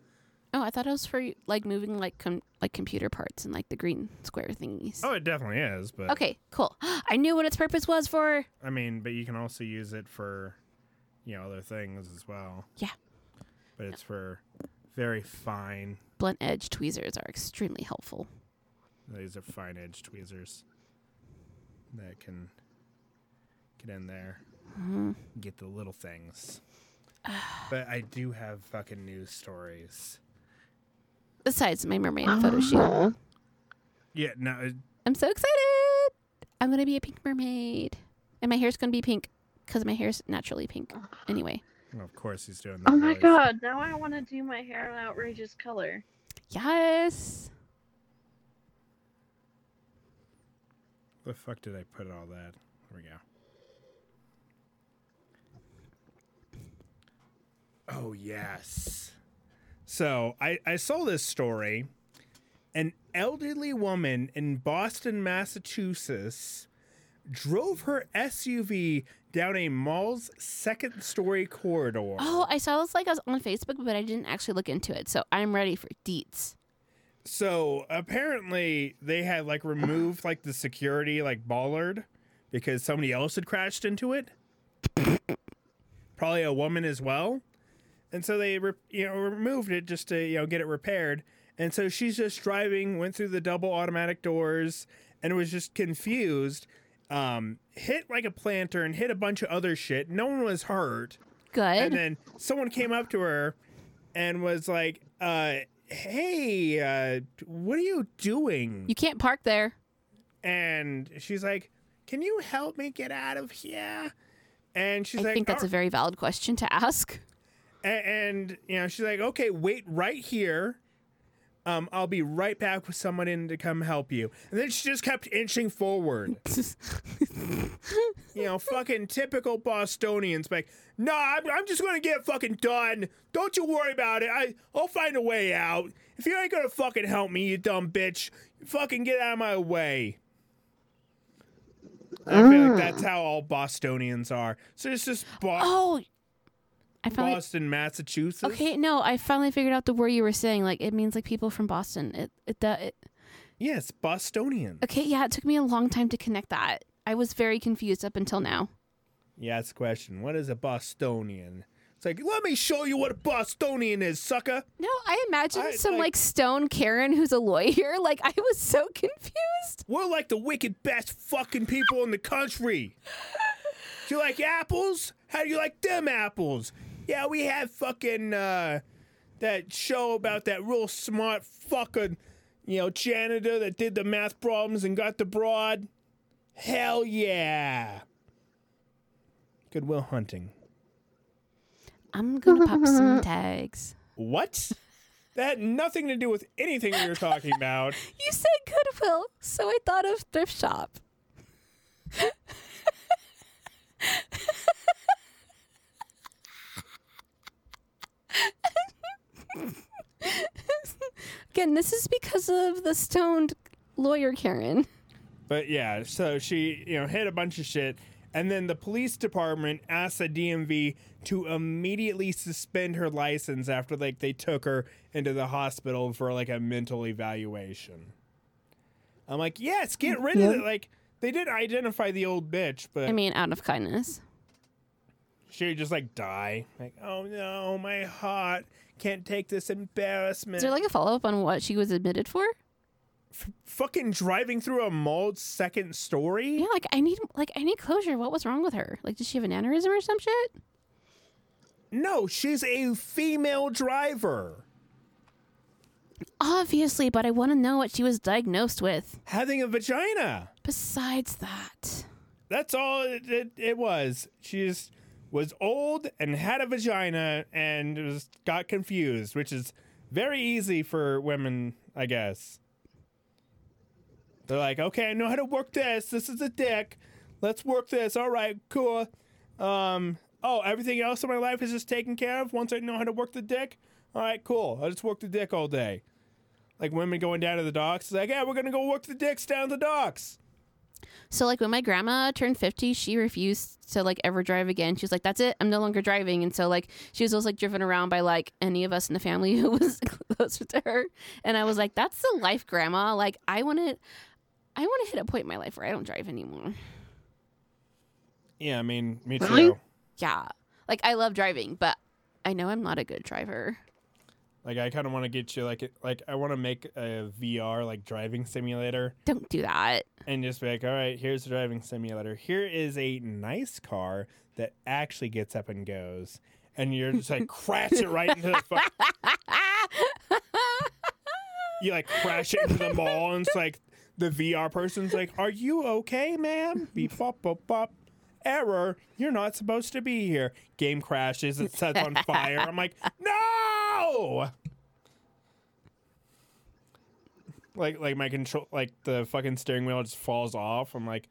B: Oh, I thought it was for like moving like com- like computer parts and like the green square thingies.
A: Oh, it definitely is, but
B: Okay, cool. I knew what its purpose was for.
A: I mean, but you can also use it for, you know, other things as well.
B: Yeah.
A: But it's for very fine.
B: Blunt edge tweezers are extremely helpful.
A: These are fine edge tweezers that can get in there, get the little things. but I do have fucking news stories.
B: Besides my mermaid photo shoot.
A: Yeah, no, it-
B: I'm so excited. I'm going to be a pink mermaid. And my hair's going to be pink because my hair's naturally pink. Anyway.
A: Well, of course he's doing that.
C: Oh my
A: voice.
C: god, now I want to do my hair an outrageous color.
B: Yes.
A: The fuck did I put all that? There we go. Oh yes. So I, I saw this story. An elderly woman in Boston, Massachusetts drove her SUV down a mall's second story corridor.
B: Oh, I saw this like I was on Facebook, but I didn't actually look into it. So I'm ready for deets.
A: So apparently they had like removed like the security like bollard because somebody else had crashed into it. Probably a woman as well. And so they re- you know removed it just to you know get it repaired. And so she's just driving, went through the double automatic doors and was just confused. Um, hit like a planter and hit a bunch of other shit. No one was hurt and
B: Good.
A: then someone came up to her and was like, uh, "Hey, uh, what are you doing?"
B: You can't park there.
A: and she's like, "Can you help me get out of here?" And she's
B: I
A: like,
B: think that's
A: "Oh,"
B: a very valid question to ask.
A: a- and, you know, she's like, "Okay, wait right here." Um, I'll be right back with someone in to come help you. And then she just kept inching forward. You know, fucking typical Bostonians. Like, no, I'm, I'm just gonna get fucking done. Don't you worry about it. I, I'll find a way out. If you ain't gonna fucking help me, you dumb bitch, fucking get out of my way. I feel like that's how all Bostonians are. So it's just Bo-
B: Ah. oh, I finally.
A: Boston, Massachusetts.
B: Okay, no, I finally figured out the word you were saying. Like it means like people from Boston. It it, do- it
A: Yes, Bostonian.
B: Okay, yeah, it took me a long time to connect that. I was very confused up until now.
A: Yeah, that's the question. What is a Bostonian? It's like, let me show you what a Bostonian is, sucker.
B: No, I imagine
A: I-
B: some
A: I-
B: like, stone Karen who's a lawyer. Like I was so confused.
A: We're like the wicked best fucking people in the country. Do you like apples? How do you like them apples? Yeah, we had fucking uh, that show about that real smart fucking, you know, janitor that did the math problems and got the broad. Hell yeah. Goodwill hunting.
B: I'm gonna pop some tags.
A: What? That had nothing to do with anything we were talking about.
B: You said Goodwill, so I thought of thrift shop. Again, this is because of the stoned lawyer Karen.
A: But yeah, so she, you know, hit a bunch of shit. And then the police department asked the DMV to immediately suspend her license after like they took her into the hospital for like a mental evaluation. I'm like, yes, get rid of it. Like they did identify the old bitch, but
B: Mm, I mean, out of kindness.
A: she just like die. Like, oh no, my heart can't take this embarrassment.
B: Is there like a follow up on what she was admitted for?
A: Fucking driving through a mall's second story.
B: Yeah, like I need like I need closure. What was wrong with her? Like, did she have an aneurysm or some shit?
A: No, she's a female driver.
B: Obviously, but I want to know what she was diagnosed with.
A: having a vagina.
B: Besides that.
A: That's all it, it, it was. She just was old and had a vagina and just got confused, which is very easy for women, I guess. They're like, okay, I know how to work this. This is a dick. Let's work this. All right, cool. Um, oh, everything else in my life is just taken care of once I know how to work the dick. All right, cool. I just work the dick all day. Like women going down to the docks, it's like, yeah, we're gonna go work the dicks down the docks.
B: So like when my grandma turned 50, she refused to like ever drive again. She was like, "That's it. I'm no longer driving." And so like she was always like driven around by like any of us in the family who was closer to her. And I was like, "That's the life, grandma. Like I want to I want to hit a point in my life where I don't drive anymore."
A: Yeah, I mean, me
C: Really?
A: too.
B: Yeah. Like I love driving, but I know I'm not a good driver.
A: Like, I kind of want to get you like, like I want to make a VR like driving simulator
B: Don't do that.
A: and just be like, all right, here's the driving simulator. Here is a nice car that actually gets up and goes, and you're just like crash it right into the. Fu- you like crash it into the mall, and it's like the VR person's like, "Are you okay, ma'am?" Beep bop bop bop. Error! You're not supposed to be here. Game crashes. It sets on fire. I'm like, no! like like my control like the fucking steering wheel just falls off i'm like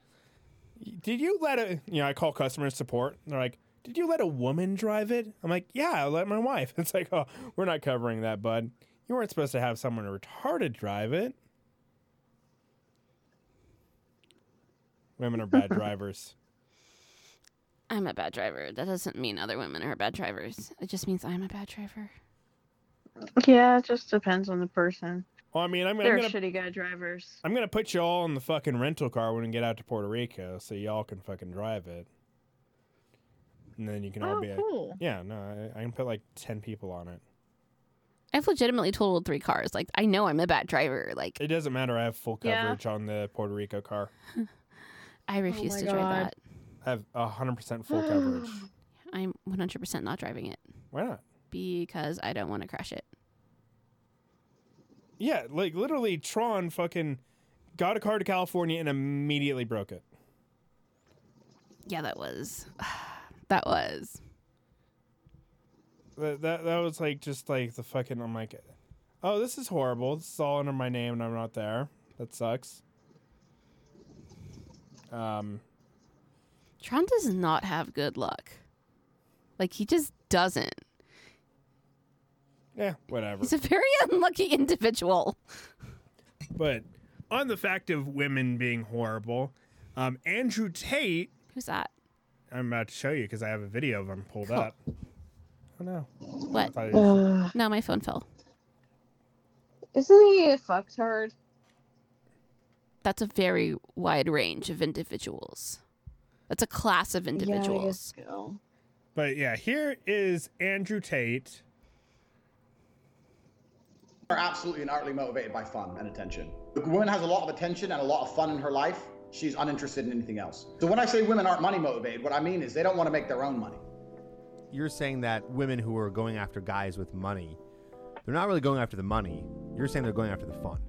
A: did you let a you know i call customer support and they're like did you let a woman drive it i'm like yeah i let my wife it's like oh we're not covering that bud you weren't supposed to have someone retarded drive it women are bad drivers
B: I'm a bad driver. That doesn't mean other women are bad drivers. It just means I'm a bad driver.
C: Yeah, it just depends on the person.
A: Well, I mean, I'm, I'm
C: They're
A: gonna
C: shitty guy drivers.
A: I'm gonna put you all in the fucking rental car when we get out to Puerto Rico, so y'all can fucking drive it. And then you can all
C: Oh,
A: be like,
C: cool.
A: yeah, no, I, I can put like ten people on it.
B: I've legitimately totaled three cars. Like I know I'm a bad driver. Like
A: It doesn't matter. I have full
C: Yeah.
A: coverage on the Puerto Rico car.
B: I refuse
C: Oh my
B: to drive
C: God.
B: that.
A: I have hundred percent full coverage.
B: I'm 100% not driving it
A: Why not?
B: because I don't want to crash it.
A: Yeah, like literally, Tron fucking got a car to California and immediately broke it.
B: Yeah, that was that was.
A: That that, that was like just like the fucking. I'm like, oh, this is horrible. This is all under my name, and I'm not there. That sucks. Um,
B: Tron does not have good luck. Like he just doesn't.
A: yeah, whatever.
B: He's a very unlucky individual.
A: But on the fact of women being horrible, um, Andrew Tate.
B: Who's that?
A: I'm about to show you because I have a video of him pulled
B: Cool.
A: up. Oh no! I
B: What?
A: thought he-
C: Ugh.
B: No, my phone fell.
C: Isn't he a fucktard?
B: That's a very wide range of individuals. That's a class of
C: Yeah, I
B: individuals.
C: guess so.
A: But yeah, here is Andrew Tate.
E: are absolutely and utterly motivated by fun and attention. The woman has a lot of attention and a lot of fun in her life. She's uninterested in anything else. So when I say women aren't money motivated, what I mean is they don't want to make their own money.
F: You're saying that women who are going after guys with money, they're not really going after the money. You're saying they're going after the fun.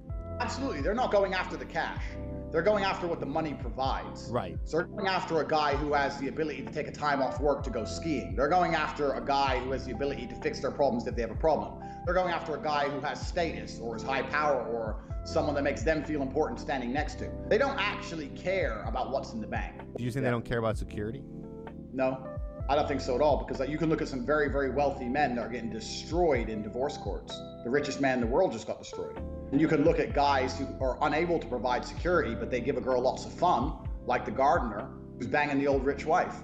E: Absolutely, they're not going after the cash. They're going after what the money provides.
F: Right.
E: So they're going after a guy who has the ability to take a time off work to go skiing. They're going after a guy who has the ability to fix their problems if they have a problem. They're going after a guy who has status or is high power or someone that makes them feel important standing next to. They don't actually care about what's in the bank.
F: You're saying they don't care about security?
E: No, I don't think so at all because you can look at some very, very wealthy men that are getting destroyed in divorce courts. The richest man in the world just got destroyed. And you can look at guys who are unable to provide security, but they give a girl lots of fun, like the gardener who's banging the old rich wife.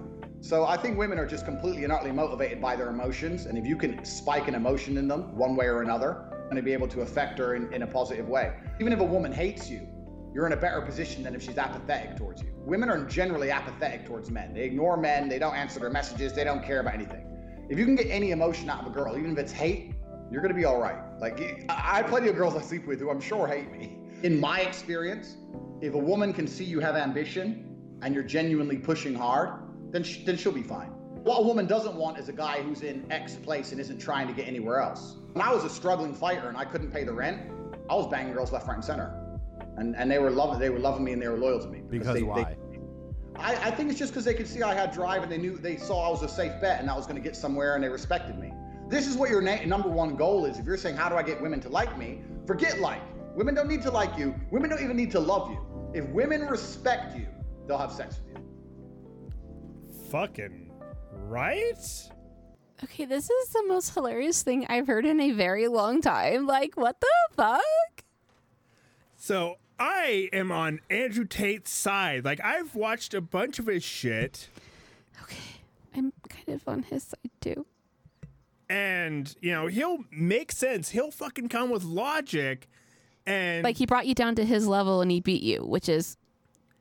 E: So I think women are just completely and utterly motivated by their emotions. And if you can spike an emotion in them one way or another, you're going to be able to affect her in, in a positive way. Even if a woman hates you, you're in a better position than if she's apathetic towards you. Women are generally apathetic towards men. They ignore men, they don't answer their messages, they don't care about anything. If you can get any emotion out of a girl, even if it's hate, you're gonna be all right. Like I I have plenty of girls I sleep with who I'm sure hate me. In my experience, if a woman can see you have ambition and you're genuinely pushing hard, then sh- then she'll be fine. What a woman doesn't want is a guy who's in X place and isn't trying to get anywhere else. When I was a struggling fighter and I couldn't pay the rent, I was banging girls left, right, and center and and they were loving they were loving me and they were loyal to me
F: Because
E: they,
F: why?
E: They, I, I think it's just because they could see I had drive and they knew they saw I was a safe bet and I was going to get somewhere and they respected me. This is what your na- number one goal is. If you're saying how do I get women to like me, forget like. Women don't need to like you. Women don't even need to love you. If women respect you, they'll have sex with you.
A: Fucking right?
B: Okay, this is the most hilarious thing I've heard in a very long time. Like, what the fuck?
A: So I am on Andrew Tate's side. Like I've watched a bunch of his shit,
B: Okay, I'm kind of on his side too.
A: and you know he'll make sense. He'll fucking come with logic, and
B: Like, he brought you down to his level and he beat you, which is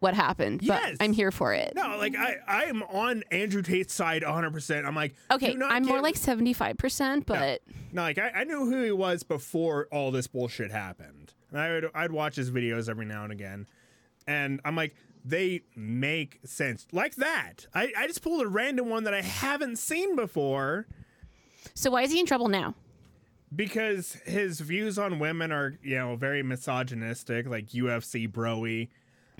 B: what happened.
A: Yes.
B: But I'm here for it.
A: no, like I I am on Andrew Tate's side 100. percent I'm like
B: Okay,
A: do not
B: I'm more
A: get-
B: like 75%, but
A: no, like I, I knew who he was before all this bullshit happened, and I would I'd watch his videos every now and again, and I'm like they make sense like that. I I just pulled a random one that I haven't seen before.
B: so why is he in trouble now?
A: because his views on women are you know very misogynistic like ufc broy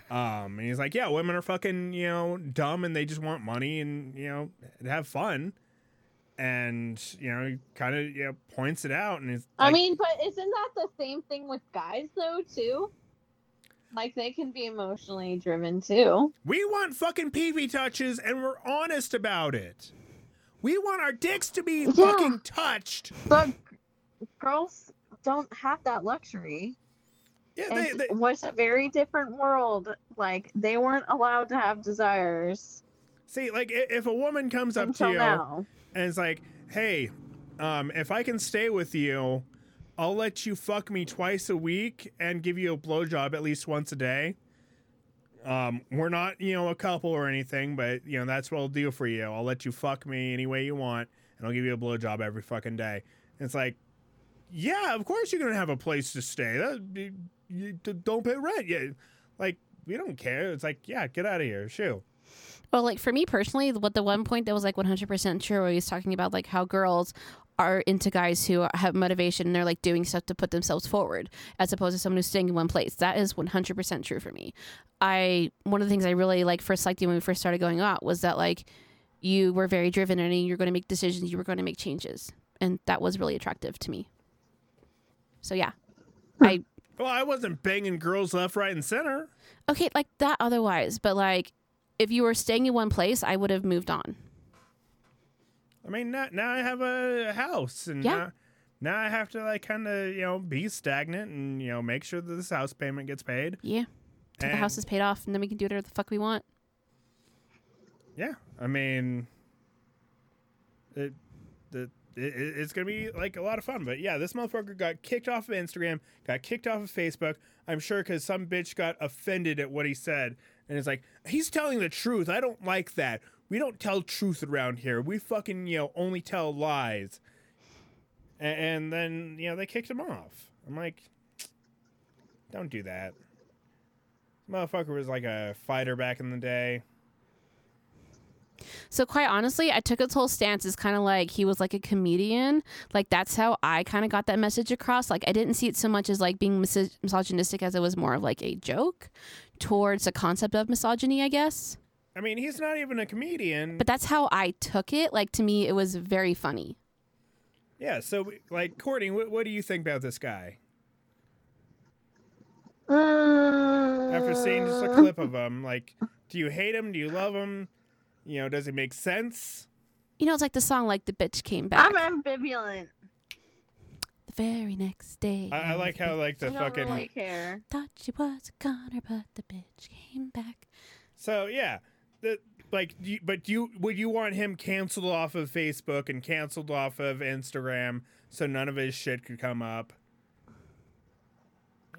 A: um and he's like yeah women are fucking you know dumb and they just want money and you know have fun and you know he kind of you know, points it out and he's
C: I
A: like,
C: mean, but isn't that the same thing with guys though too? Like they can be emotionally driven too.
A: we want fucking peevee touches and we're honest about it we want our dicks to be fucking touched
C: But girls don't have that luxury.
A: yeah they,
C: It
A: they,
C: was a very different world. Like they weren't allowed to have desires
A: see like i- if a woman comes up to
C: until
A: you
C: now.
A: and it's like, hey, um, if I can stay with you, I'll let you fuck me twice a week and give you a blowjob at least once a day. Um, we're not, you know, a couple or anything, but you know that's what I'll do for you. I'll let you fuck me any way you want, and I'll give you a blowjob every fucking day. And it's like, yeah, of course you're gonna have a place to stay. That you, you d- don't pay rent. Yeah, like we don't care. It's like, yeah, get out of here. Shoo.
B: Well, like for me personally, the- what the one point that was like 100% true, where he was talking about like how girls are into guys who have motivation and they're like doing stuff to put themselves forward as opposed to someone who's staying in one place. That is 100% true for me. I, one of the things I really like first liked you when we first started going out was that like you were very driven and you're going to make decisions, you were going to make changes. And that was really attractive to me. So yeah, I
A: Well, I wasn't banging girls left, right, and center.
B: Okay, like that otherwise, but like if you were staying in one place, I would have moved on.
A: I mean, now, now I have a house, and
B: Yeah.
A: now, now I have to like kind of you know be stagnant and you know make sure that this house payment gets paid.
B: Yeah. Till the
A: And-
B: house is paid off and then we can do whatever the fuck we want.
A: Yeah, I mean, it, it, it it's gonna be like a lot of fun. But yeah, this motherfucker got kicked off of Instagram, got kicked off of Facebook. I'm sure because some bitch got offended at what he said, and it's like he's telling the truth. I don't like that. We don't tell truth around here. We fucking you know only tell lies. A- And, and then you know they kicked him off. I'm like, don't do that. Motherfucker was like a fighter back in the day.
B: So quite honestly, I took his whole stance as kind of like he was like a comedian. Like that's how I kind of got that message across. Like I didn't see it so much as like being mis- misogynistic as it was more of like a joke towards the concept of misogyny, I guess.
A: I mean, he's not even a comedian.
B: But that's how I took it. Like to me, it was very funny.
A: yeah, so like Courtney, what, what do you think about this guy? After seeing
C: Uh,
A: just a clip of him, like, do you hate him? Do you love him? You know, does he make sense?
B: You know, it's like the song like the bitch came back
C: I'm ambivalent.
B: the very next day.
A: I, I like how like
C: I
A: the
C: don't
A: fucking
C: really care.
B: Thought she was a goner, but the bitch came back.
A: so yeah, the like, do you, but do you would you want him canceled off of Facebook and canceled off of Instagram so none of his shit could come up?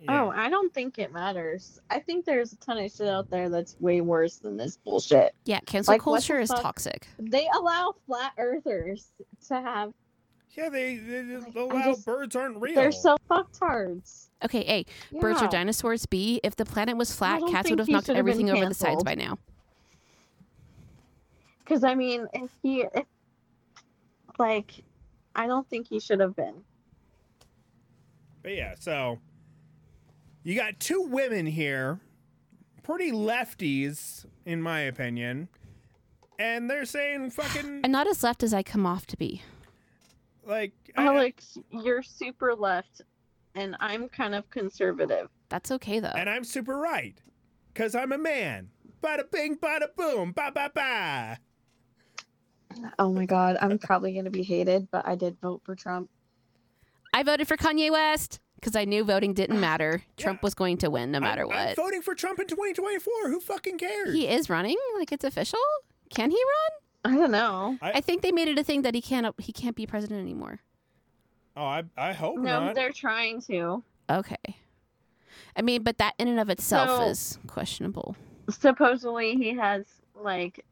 C: Oh, I don't think it matters. I think there's a ton of shit out there that's way worse than this bullshit.
B: Yeah, cancel
C: Like, what the
B: culture is
C: fuck?
B: toxic.
C: They allow flat earthers to have.
A: yeah, they, they, they
C: I
A: allow
C: just-
A: birds aren't real.
C: They're so fucktards.
B: Okay, A, birds are
C: Yeah.
B: dinosaurs. B, if the planet was flat,
C: don't
B: cats
C: think
B: would have
C: he
B: knocked
C: should have been
B: everything over the sides
C: canceled.
B: by now.
C: Because I mean, if he, if, like, I don't think he should have been.
A: But yeah, so you got two women here, pretty lefties, in my opinion, and they're saying fucking
B: I'm not as left as I come off to be.
A: like I-
C: Alex, you're super left, and I'm kind of conservative.
B: That's okay though.
A: and I'm super right, cause I'm a man. Bada bing, bada boom, ba ba ba.
C: Oh my god, I'm probably gonna be hated, but I did vote for Trump.
B: I voted for Kanye West because I knew voting didn't matter. Trump
A: Yeah.
B: was going to win no matter
A: I'm, I'm
B: what.
A: voting for Trump in 2024. Who fucking cares?
B: he is running, like it's official. Can he run?
C: I don't know.
A: I-
B: I think they made it a thing that he can't he can't be president anymore.
A: Oh, I I hope
C: No,
A: not.
C: they're trying to.
B: Okay. I mean, but that in and of itself
C: So-
B: is questionable.
C: supposedly he has like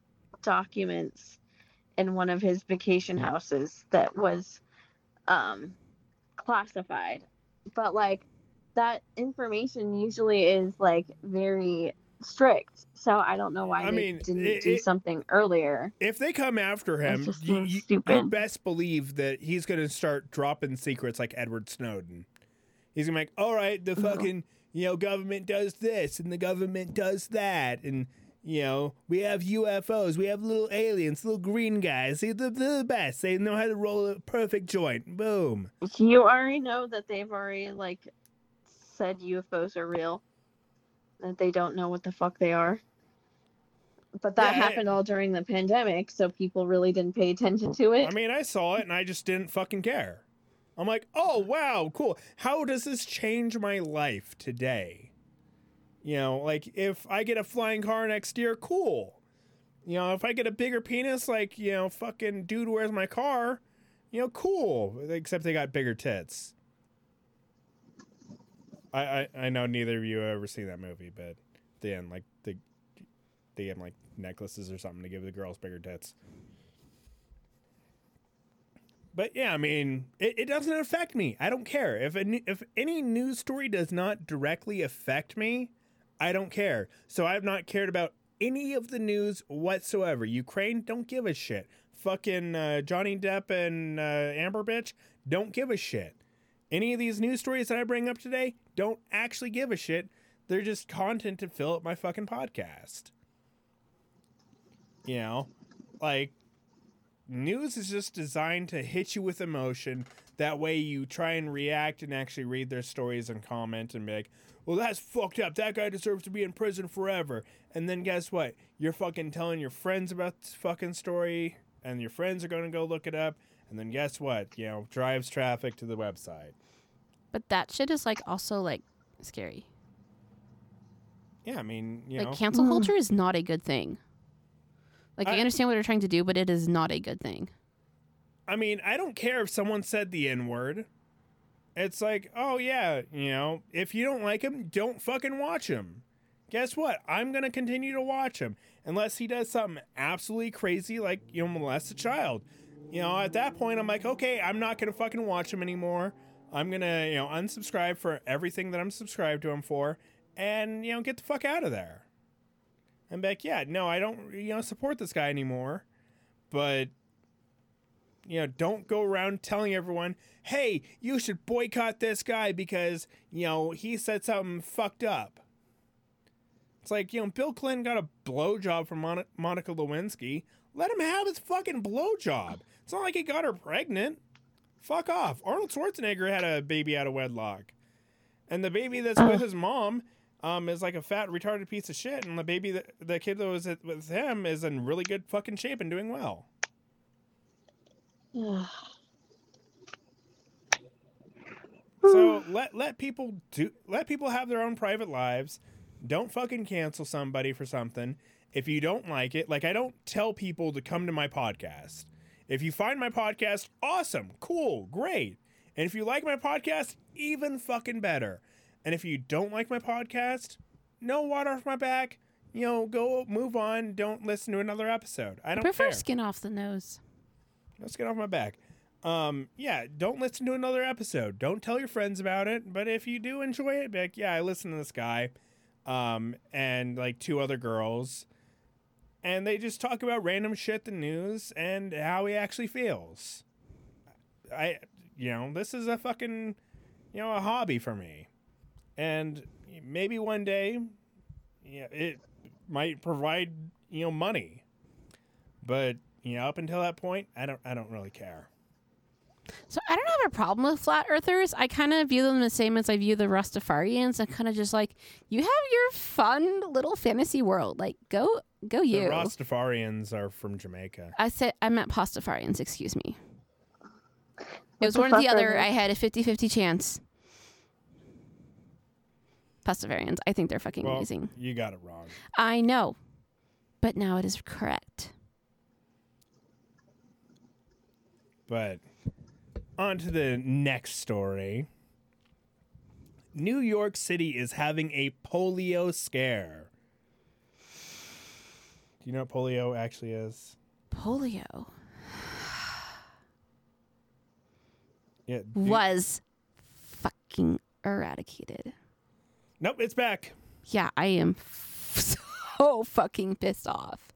C: documents in one of his vacation houses that was um classified but like that information usually is like very strict so i don't know why
A: I
C: they
A: mean,
C: didn't
A: it-
C: do
A: it-
C: something earlier
A: If they come after him,
C: just
A: you,
C: so
A: you- you
C: stupid.
A: best believe that he's going to start dropping secrets like Edward Snowden. He's going to be like, all right,
C: Oh.
A: the fucking, you know, government does this and the government does that. And, you know, we have UFOs, we have little aliens, little green guys. They're the, they're the best. They know how to roll a perfect joint. Boom.
C: you already know that they've already like said ufos are real that they don't know what the fuck they are but that
A: Yeah, I-
C: happened all during the pandemic so people really didn't pay attention to it
A: I mean, I saw it and I just didn't fucking care. I'm like, oh wow, cool. How does this change my life today? You know, like if I get a flying car next year, cool. You know, if I get a bigger penis, like you know, fucking dude, where's my car? You know, cool. Except they got bigger tits. I, I I know neither of you have ever seen that movie, but at the end, like the they give 'em, like necklaces or something to give the girls bigger tits. But yeah, I mean, it, it doesn't affect me. I don't care if a, ne- if any news story does not directly affect me. I don't care. So I've not cared about any of the news whatsoever. Ukraine, don't give a shit. Fucking uh, Johnny Depp and uh, Amber Bitch, don't give a shit. Any of these news stories that I bring up today don't actually give a shit. They're just content to fill up my fucking podcast. You know, like news is just designed to hit you with emotion. That way you try and react and actually read their stories and comment and be like, well, that's fucked up. That guy deserves to be in prison forever. And then guess what? You're fucking telling your friends about this fucking story, and your friends are going to go look it up. And then guess what? You know, drives traffic to the website.
B: But that shit is like also like scary.
A: Yeah, I mean, you know,
B: Like cancel
C: Mm.
B: culture is not a good thing. Like I,
A: I-
B: understand what they're trying to do, but it is not a good thing.
A: I mean, I don't care if someone said the N word. It's like, oh yeah, you know, if you don't like him, don't fucking watch him. Guess what? I'm gonna continue to watch him unless he does something absolutely crazy, like you know, molest a child. You know, at that point, I'm like, okay, I'm not gonna fucking watch him anymore. I'm gonna, you know, unsubscribe for everything that I'm subscribed to him for, and you know, get the fuck out of there. I'm like, yeah, no, I don't, you know, support this guy anymore. But you know, don't go around telling everyone, hey, you should boycott this guy because, you know, he said something fucked up. It's like, you know, Bill Clinton got a blowjob from Mon- Monica Lewinsky. Let him have his fucking blowjob. It's not like he got her pregnant. Fuck off. Arnold Schwarzenegger had a baby out of wedlock. And the baby that's with his mom um, is like a fat, retarded piece of shit. And the baby, that, the kid that was with him is in really good fucking shape and doing well. So let let people do let people have their own private lives. Don't fucking cancel somebody for something. If you don't like it, like I don't tell people to come to my podcast. If you find my podcast awesome, cool, great. And if you like my podcast, even fucking better. And if you don't like my podcast, no water off my back. You know, go move on. Don't listen to another episode. I
B: I
A: don't
B: prefer
A: care.
B: skin off the nose.
A: Let's get off my back. Um, yeah, don't listen to another episode. Don't tell your friends about it. But if you do enjoy it, be like, yeah, I listened to this guy, um, and like two other girls, and they just talk about random shit, the news, and how he actually feels. I, you know, this is a fucking, you know, a hobby for me, and maybe one day, yeah, it might provide you know money but you know, up until that point, I don't, I don't really care.
B: So I don't have a problem with flat earthers. I kind of view them the same as I view the Rastafarians. I'm kind of just like, you have your fun little fantasy world. Like go go you.
A: The Rastafarians are from Jamaica.
B: I said I meant Pastafarians, excuse me. It
C: What
B: was
C: the
B: one or the
C: fuck are
B: other.
C: they?
B: I had a 50-50 chance. Pastafarians. I think they're fucking
A: Well,
B: amazing.
A: you got it wrong.
B: I know. But now it is correct.
A: But on to the next story. New York City is having a polio scare. Do you know what polio actually is?
B: Polio
A: Yeah. do-
B: was fucking eradicated.
A: Nope, it's back.
B: Yeah, I am f- so fucking pissed off.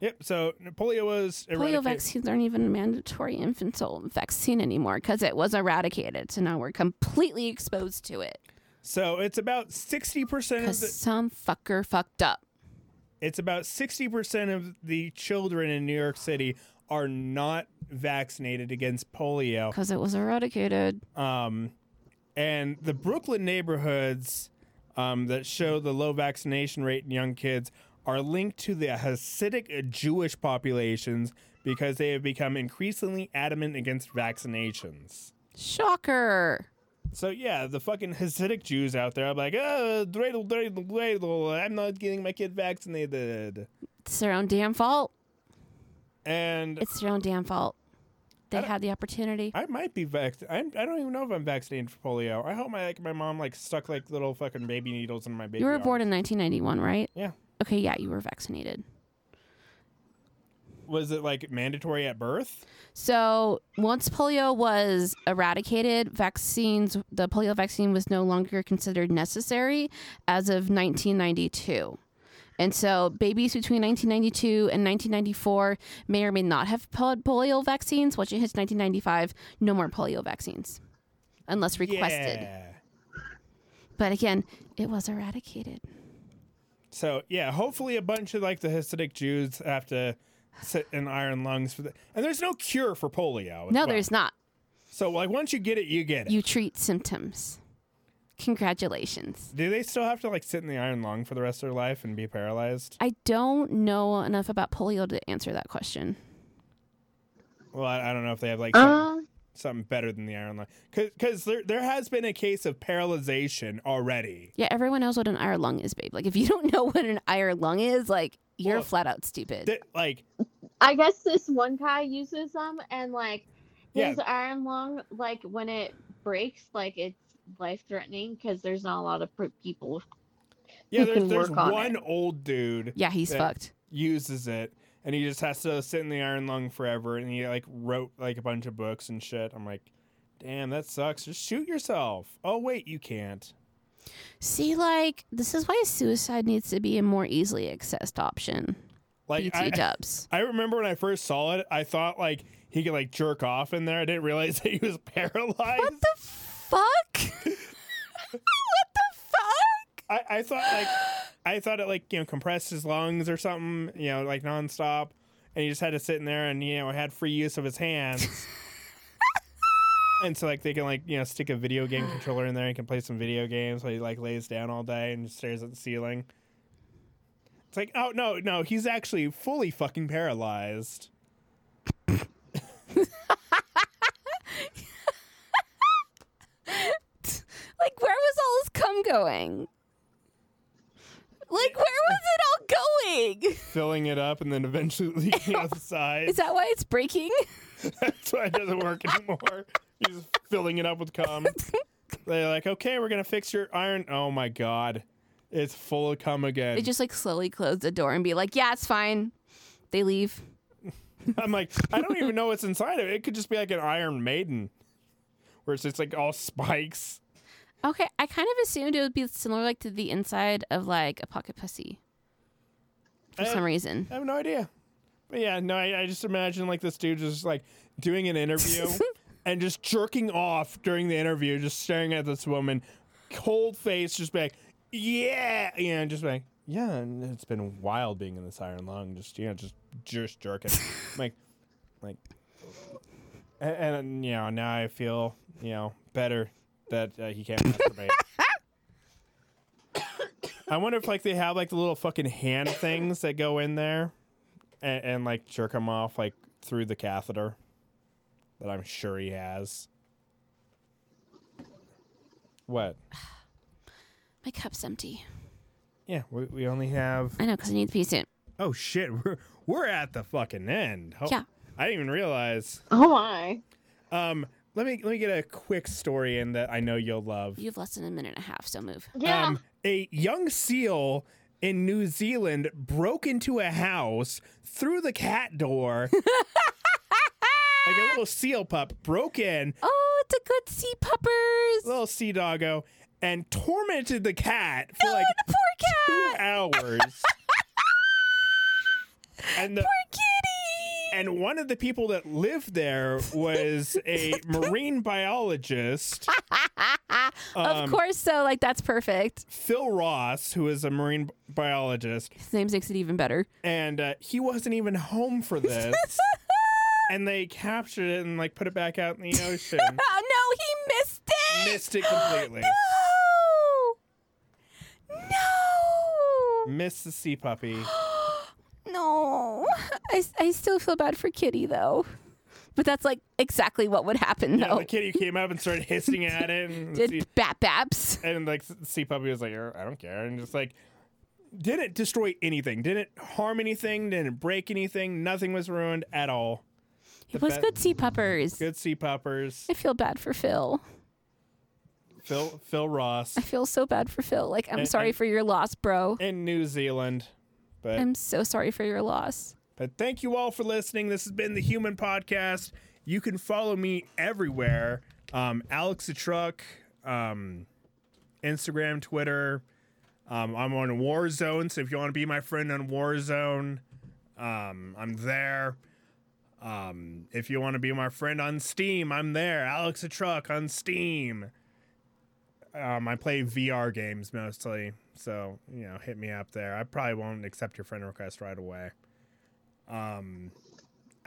A: Yep. So polio was
B: Polio
A: eradicated.
B: vaccines aren't even a mandatory infantile vaccine anymore because it was eradicated. So now we're completely exposed to it
A: so it's about sixty percent of
B: because
A: the
B: some fucker fucked up.
A: it's about 60% of the children in New York City are not vaccinated against polio.
B: Because it was eradicated.
A: Um, and the Brooklyn neighborhoods um, that show the low vaccination rate in young kids are linked to the Hasidic Jewish populations because they have become increasingly adamant against vaccinations.
B: Shocker.
A: So yeah, the fucking Hasidic Jews out there are like, oh, dreidel, dreidel, dreidel, I'm not getting my kid vaccinated.
B: It's their own damn fault.
A: And
B: It's their own damn fault. they
A: I don't-
B: had the opportunity.
A: I might be vaccinated. I'm, I don't even know if I'm vaccinated for polio. I hope my like my mom like stuck like little fucking baby needles in my baby.
B: you were
A: arm.
B: born in 1991, right?
A: Yeah.
B: Okay, yeah, you were vaccinated.
A: Was it like mandatory at birth?
B: So once polio was eradicated, vaccines, the polio vaccine was no longer considered necessary as of 1992. And so babies between 1992 and 1994 may or may not have po- polio vaccines. Once it hits 1995, no more polio vaccines unless requested.
A: Yeah.
B: But again, it was eradicated.
A: So yeah, hopefully a bunch of like the Hasidic Jews have to sit in iron lungs for the. And there's no cure for polio. as
B: No,
A: well.
B: there's not.
A: So like once you get it, you get it.
B: You treat symptoms. Congratulations.
A: Do they still have to like sit in the iron lung for the rest of their life and be paralyzed?
B: I don't know enough about polio to answer that question.
A: Well, I, I don't know if they have like something,
B: Uh.
C: Um,
A: something better than the iron lung, because there there has been a case of paralyzation already.
B: Yeah, everyone knows what an iron lung is, babe. Like, if you don't know what an iron lung is, like, you're
A: Well,
B: flat out stupid.
A: That, like
C: I guess this one guy uses them, and like
A: Yeah.
C: his iron lung, like when it breaks, like it's life threatening because there's not a lot of pr- people.
A: yeah,
C: who
A: there's
C: can
A: there's
C: work on
A: one
C: it.
A: old dude
B: yeah, he's
A: Yeah.
B: fucked.
A: uses it and he just has to sit in the iron lung forever and he like wrote like a bunch of books and shit. I'm like, damn, that sucks. Just shoot yourself. Oh wait, you can't.
B: See, like, this is why suicide needs to be a more easily accessed option.
A: Like
B: BT
A: I,
B: dubs.
A: I remember when I first saw it, I thought like he could like jerk off in there. I didn't realize that he was paralyzed.
B: What the fuck? what the fuck?
A: I, I thought like I thought it like you know compressed his lungs or something you know like nonstop, and he just had to sit in there and you know had free use of his hands. and so like they can like you know stick a video game controller in there and can play some video games while he like lays down all day and just stares at the ceiling. It's like oh no no he's actually fully fucking paralyzed.
B: Like, where was all this cum going? Like, where was it all going?
A: filling it up and then eventually leaking out the side.
B: Is that why it's breaking?
A: That's why it doesn't work anymore. He's filling it up with cum. They're like, okay, we're gonna fix your iron. Oh my god, it's full of cum again.
B: They just like slowly close the door and be like, yeah, it's fine. They leave.
A: I'm like, I don't even know what's inside of it. It could just be like an Iron Maiden, where it's just like all spikes.
B: Okay, I kind of assumed it would be similar like to the inside of like a pocket pussy for
A: Eh.
B: some reason.
A: I have no idea. But yeah, no, I, I just imagine like this dude just like doing an interview and just jerking off during the interview, just staring at this woman, cold face, just be like, yeah, yeah, and just be like, yeah, and it's been wild being in this iron lung, just you know, just just jerking, I'm like, like, and, and you know, now I feel you know better that uh, he can't masturbate. I wonder if like they have like the little fucking hand things that go in there, and, and like jerk him off like through the catheter. That I'm sure he has. What?
B: My cup's empty.
A: Yeah, we, we only have.
B: I know because I need to pee soon.
A: Oh shit, we're we're at the fucking end. Ho-
B: Yeah.
A: I didn't even realize.
C: Oh my!
A: Um, let me let me get a quick story in that I know you'll love.
B: You have less than a minute and a half, so move.
C: Yeah,
A: Um, a young seal in New Zealand broke into a house through the cat door. like a little seal pup broke in,
B: Oh, it's a good sea puppers.
A: little sea doggo, and tormented the cat for like
B: Poor
A: two
B: cat.
A: hours. and the
B: Kitty.
A: and one of the people that lived there was a marine biologist.
B: of course, so like that's perfect.
A: Phil Ross, who is a marine biologist,
B: His name makes it even better.
A: and uh, he wasn't even home for this. and they captured it and like put it back out in the ocean.
B: Oh no, he missed it.
A: Missed it completely.
B: no. No.
A: Miss the sea puppy.
B: No. I, I still feel bad for Kitty, though. But that's like exactly what would happen,
A: Yeah,
B: though.
A: the kitty came up and started hissing at it, and, the sea,
B: Did Bat Baps.
A: and like the sea puppy was like, "Er, I don't care, and just like didn't destroy anything, didn't harm anything, didn't break anything. Nothing was ruined at all.
B: It was
A: be-
B: good sea puppers.
A: Good sea poppers.
B: I feel bad for Phil.
A: Phil Phil Ross
B: I feel so bad for Phil. Like I'm
A: And-
B: sorry
A: and-
B: for your loss, bro.
A: in New Zealand. But
B: I'm so sorry for your loss.
A: But thank you all for listening. This has been the Human Podcast. You can follow me everywhere. Um, Alex the Truck, um, Instagram, Twitter. Um, I'm on Warzone, so if you want to be my friend on Warzone, um, I'm there. Um, if you want to be my friend on Steam, I'm there. Alex the Truck on Steam. Um, I play VR games mostly, so you know, hit me up there. I probably won't accept your friend request right away. Um,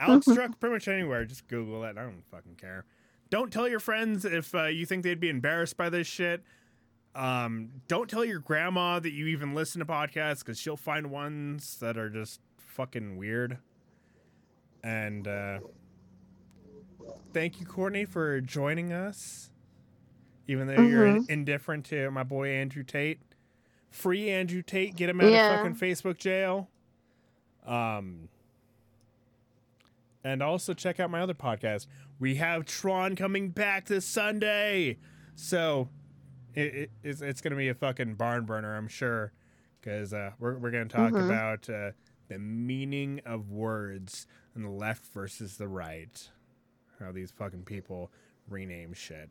A: Alex Truck pretty much anywhere. Just Google it. I don't fucking care. Don't tell your friends if uh, you think they'd be embarrassed by this shit. Um, don't tell your grandma that you even listen to podcasts because she'll find ones that are just fucking weird. And uh, thank you, Courtney, for joining us. Even though you're in- indifferent to my boy Andrew Tate, free Andrew Tate, get him out
C: Yeah.
A: of fucking Facebook jail. Um, and also check out my other podcast. We have Tron coming back this Sunday, so it, it, it's, it's going to be a fucking barn burner, I'm sure, because uh, we're we're going to talk
C: Mhm.
A: about uh, the meaning of words and the left versus the right, how these fucking people rename shit.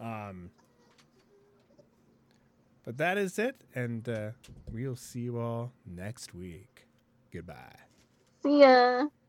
A: Um, but that is it, and uh, we'll see you all next week. Goodbye.
C: See ya.